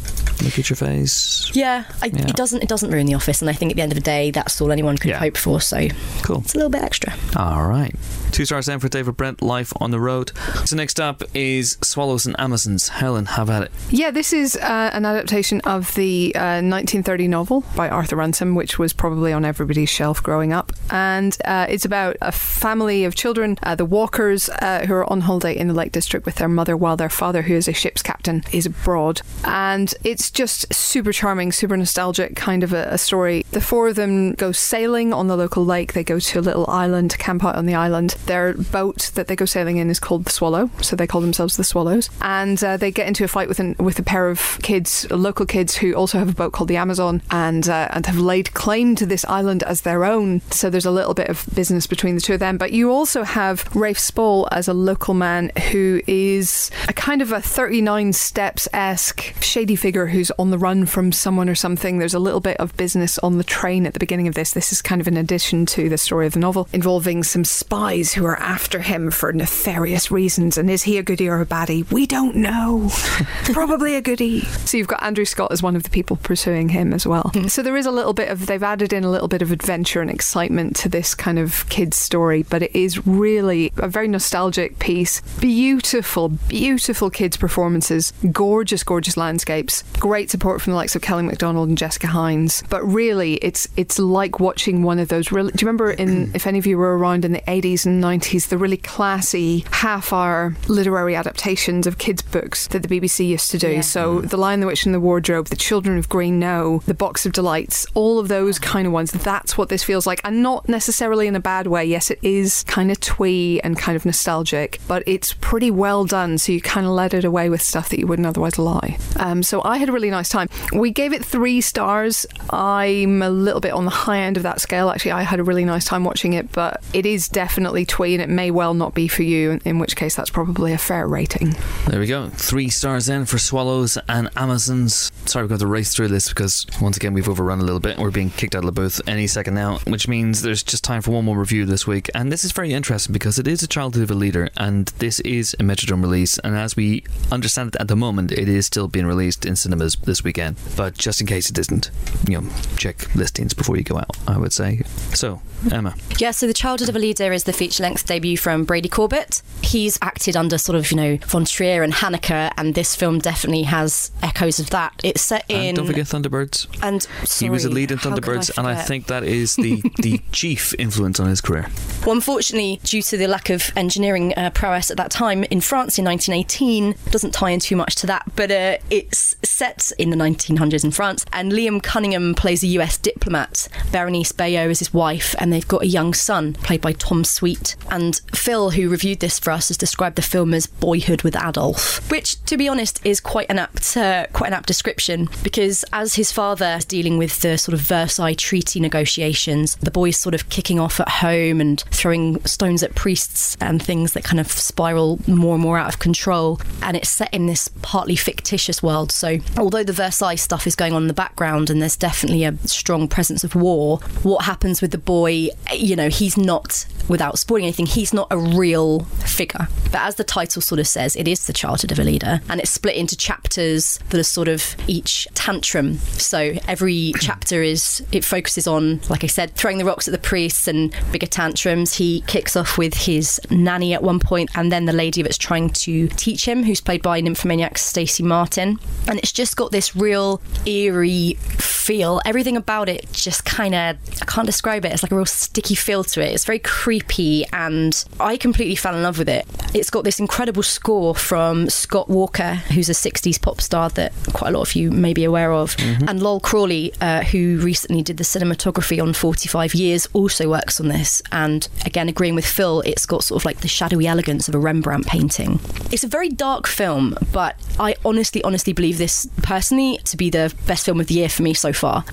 A: look at your face.
C: yeah. I,
A: Yeah.
C: It doesn't it doesn't ruin the office, and I think at the end of the day, that's all anyone could
A: Yeah.
C: hope for. So it's
A: Cool.
C: a little bit extra.
A: All right. Two stars then for David Brent, Life on the Road. So next up is Swallows and Amazons. Helen, have at it.
B: Yeah, this is uh, an adaptation of the uh, 1930 novel by Arthur Ransom, which was probably on everybody's shelf growing up. And uh, it's about a family of children, uh, the Walkers, uh, who are on holiday in the Lake District with their mother while their father, who is a ship's captain, is abroad. And it's just super charming, super nostalgic kind of a, a story. The four of them go sailing on the local lake. They go to a little island, camp out on the island. Their boat that they go sailing in is called the Swallow, so they call themselves the Swallows. And uh, they get into a fight with an, with a pair of kids, local kids who also have a boat called the Amazon, and uh, and have laid claim to this island as their own. So there's a little bit of business between the two of them. But you also have Rafe Spall as a local man who is a kind of a 39 steps esque shady figure who's on the run from someone or something. There's a little bit of business on the train at the beginning of this. This is kind of an addition to the story of the novel involving some spies who are after him for nefarious reasons. And is he a goodie or a baddie? We don't know. Oh, Probably a goodie. *laughs* So you've got Andrew Scott as one of the people pursuing him as well. So there is a little bit of, they've added in a little bit of adventure and excitement to this kind of kid's story, but it is really a very nostalgic piece. Beautiful, beautiful kids' performances, gorgeous, gorgeous landscapes, great support from the likes of Kelly MacDonald and Jessica Hines. But really, it's it's like watching one of those. Really, do you remember *clears throat* in if any of you were around in the 80s and 90s, the really classy half-hour literary adaptations of kids' books that the BBC used to do?
C: Yeah.
B: So The Lion, the Witch, and the Wardrobe, The Children of Green No, The Box of Delights, all of those kind of ones. That's what this feels like, and not necessarily in a bad way. Yes, it is kind of twee and kind of nostalgic, but it's pretty well done. So you kind of led it away with stuff that you wouldn't otherwise lie. Um, so I had a really really nice time. We gave it three stars. I'm a little bit on the high end of that scale. Actually, I had a really nice time watching it, but it is definitely twee, and it may well not be for you. In which case, that's probably a fair rating.
A: There we go. Three stars in for Swallows and Amazons. Sorry, we've got to race through this because once again we've overrun a little bit. We're being kicked out of the booth any second now, which means there's just time for one more review this week. And this is very interesting because it is a childhood of a leader, and this is a Metrodome release. And as we understand it at the moment, it is still being released in cinemas this weekend. But just in case it isn't, you know, check listings before you go out. I would say. So, Emma,
C: Yeah, so The Childhood of a Leader is the feature length debut from Brady Corbett. He's acted under sort of, you know, Von Trier and Haneke, and this film definitely has echoes of that. It's set in.
A: and don't forget Thunderbirds.
C: and-
A: he was a
C: sorry,
A: lead in
C: how could
A: Thunderbirds, and I
C: forget?
A: think that is the,
C: *laughs*
A: the chief influence on his career.
C: Well, unfortunately, due to the lack of engineering uh, prowess at that time in France in 1918, doesn't tie in too much to that, but uh, it's set in the 1900s in France, and Liam Cunningham plays a US diplomat. Berenice Bayo is his wife, and they've got a young son, played by Tom Sweet. And Phil, who reviewed this for us, has described the film as boyhood with Adolf, which, to be honest, is quite an apt, uh, quite an apt description because as his father is dealing with the sort of Versailles Treaty negotiations, the boy's sort of kicking off at home and throwing stones at priests and things that kind of spiral more and more out of control. And it's set in this partly fictitious world. So although the Versailles stuff is going on in the background and there's definitely a strong presence of war, what happens with the boy, you know, he's not without spoiling anything, he's not a real figure. But as the title sort of says, it is the childhood of a leader, and it's split into chapters that are sort of each tantrum. So every *clears throat* chapter is it focuses on, like I said, throwing the rocks at the priests and bigger tantrums. He kicks off with his nanny at one point, and then the lady that's trying to teach him, who's played by nymphomaniac Stacey Martin, and it's just got this real eerie feel. Everything about it just kind of I can't describe it. It's like a real sticky feel to it. It's very creepy, and I completely fell in love with it. It's got this incredible score from Scott Walker, who's a '60s pop star that quite a lot of you may be aware of, and Lol Crawley, uh, who recently did the cinematography on 45 Years, also works on this. And again, agreeing with Phil, it's got sort of like the shadowy elegance of a Rembrandt painting. It's a very dark film, but I honestly, honestly believe this personally to be the best film of the year for me so far.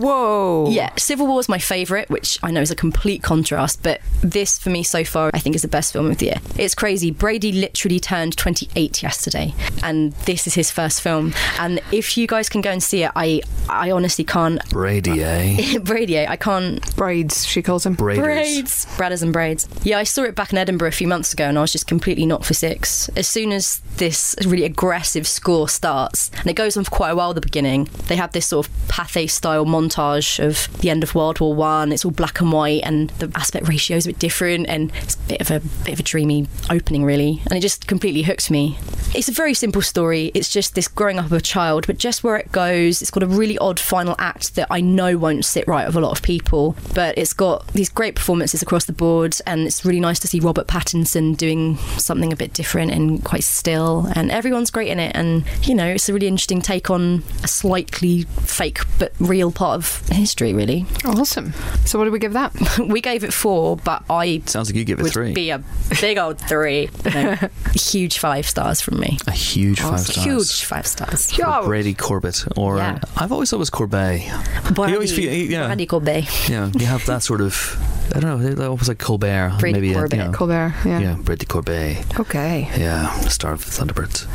B: Whoa.
C: Yeah, Civil War is my favourite, which I know is a complete contrast, but this for me so far, I think is the best film of the year. It's crazy. Brady literally turned 28 yesterday, and this is his first film. And if you guys can go and see it, I, I honestly can't. *laughs*
A: Brady, eh?
C: Brady, I can't
B: Braids, she calls him.
A: Braiders.
C: braids. Bradders and braids. Yeah, I saw it back in Edinburgh a few months ago and I was just completely knocked for six. As soon as this really aggressive score starts, and it goes on for quite a while at the beginning, they have this sort of Pathé style montage of the end of World War One. It's all black and white and the aspect ratio is a bit different and it's a bit of a bit of a dreamy opening really. And it just completely hooked me. It's a very simple story. It's just this growing up of a child, but just where it goes, it's got a really odd final act that I know won't sit right with a lot of people. But it's got these great performances across the board, and it's really nice to see Robert Pattinson doing something a bit different and quite still. And everyone's great in it, and you know, it's a really interesting take on a slightly fake but real part of history. Really, *laughs*
B: Awesome. So, what do we give that?
C: we gave it four, but I
A: Sounds like you give it
C: would
A: three.
C: be a big old
A: *laughs*
C: three, No, huge five stars from me.
A: a huge five stars.
C: Oh, Huge five stars.
A: For Brady Corbett, or uh,
C: Yeah.
A: I've always thought it was Corbet. You always feel- yeah.
C: Randy Corbet.
A: You know, you have that sort of, I don't know, they're almost like Colbert.
C: Brady
A: maybe, uh,
C: Corbett,
A: you know.
B: Colbert. Yeah.
A: Yeah, Brady Corbet.
B: Okay.
A: Yeah, star of
C: *laughs*
A: Thunderbirds.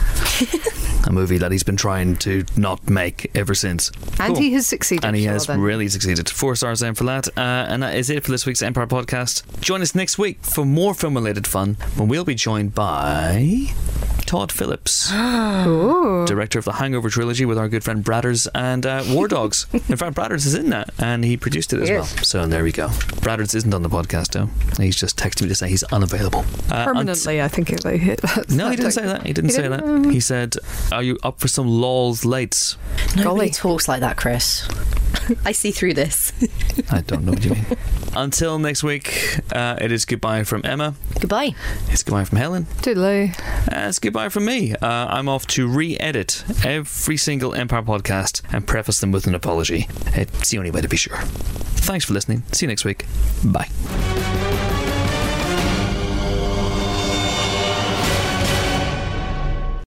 A: a movie that he's been trying to not make ever since.
B: And
A: Cool.
B: he has succeeded.
A: And he
B: Well
A: has
B: done.
A: really succeeded. Four stars down for that. Uh, and that is it for this week's Empire podcast. Join us next week for more film related fun when we'll be joined by Todd
B: *gasps*
A: Phillips, director of the Hangover trilogy with our good friend Bradders and uh, War
B: *laughs*
A: Dogs. in fact, Bradders is in that and he produced it as well. So there we go. Bradders isn't on the podcast though. He's just texted me to say he's unavailable. Uh, unt-
B: Permanently, I think it like, hit that.
A: no, he
B: *laughs*
A: didn't say that. He didn't
B: He
A: say
B: didn't?
A: that. He said, "Are you up for some lols late?"
C: Nobody
B: Golly.
C: talks like that, Chris. *laughs* I see through this.
A: I don't know what you mean. *laughs* Until next week, uh, it is goodbye from Emma.
C: Goodbye.
A: It's goodbye from Helen.
B: Diddly.
A: And it's goodbye from me. Uh, I'm off to re-edit every single Empire podcast and preface them with an apology. It's the only way to be sure. Thanks for listening. See you next week. Bye.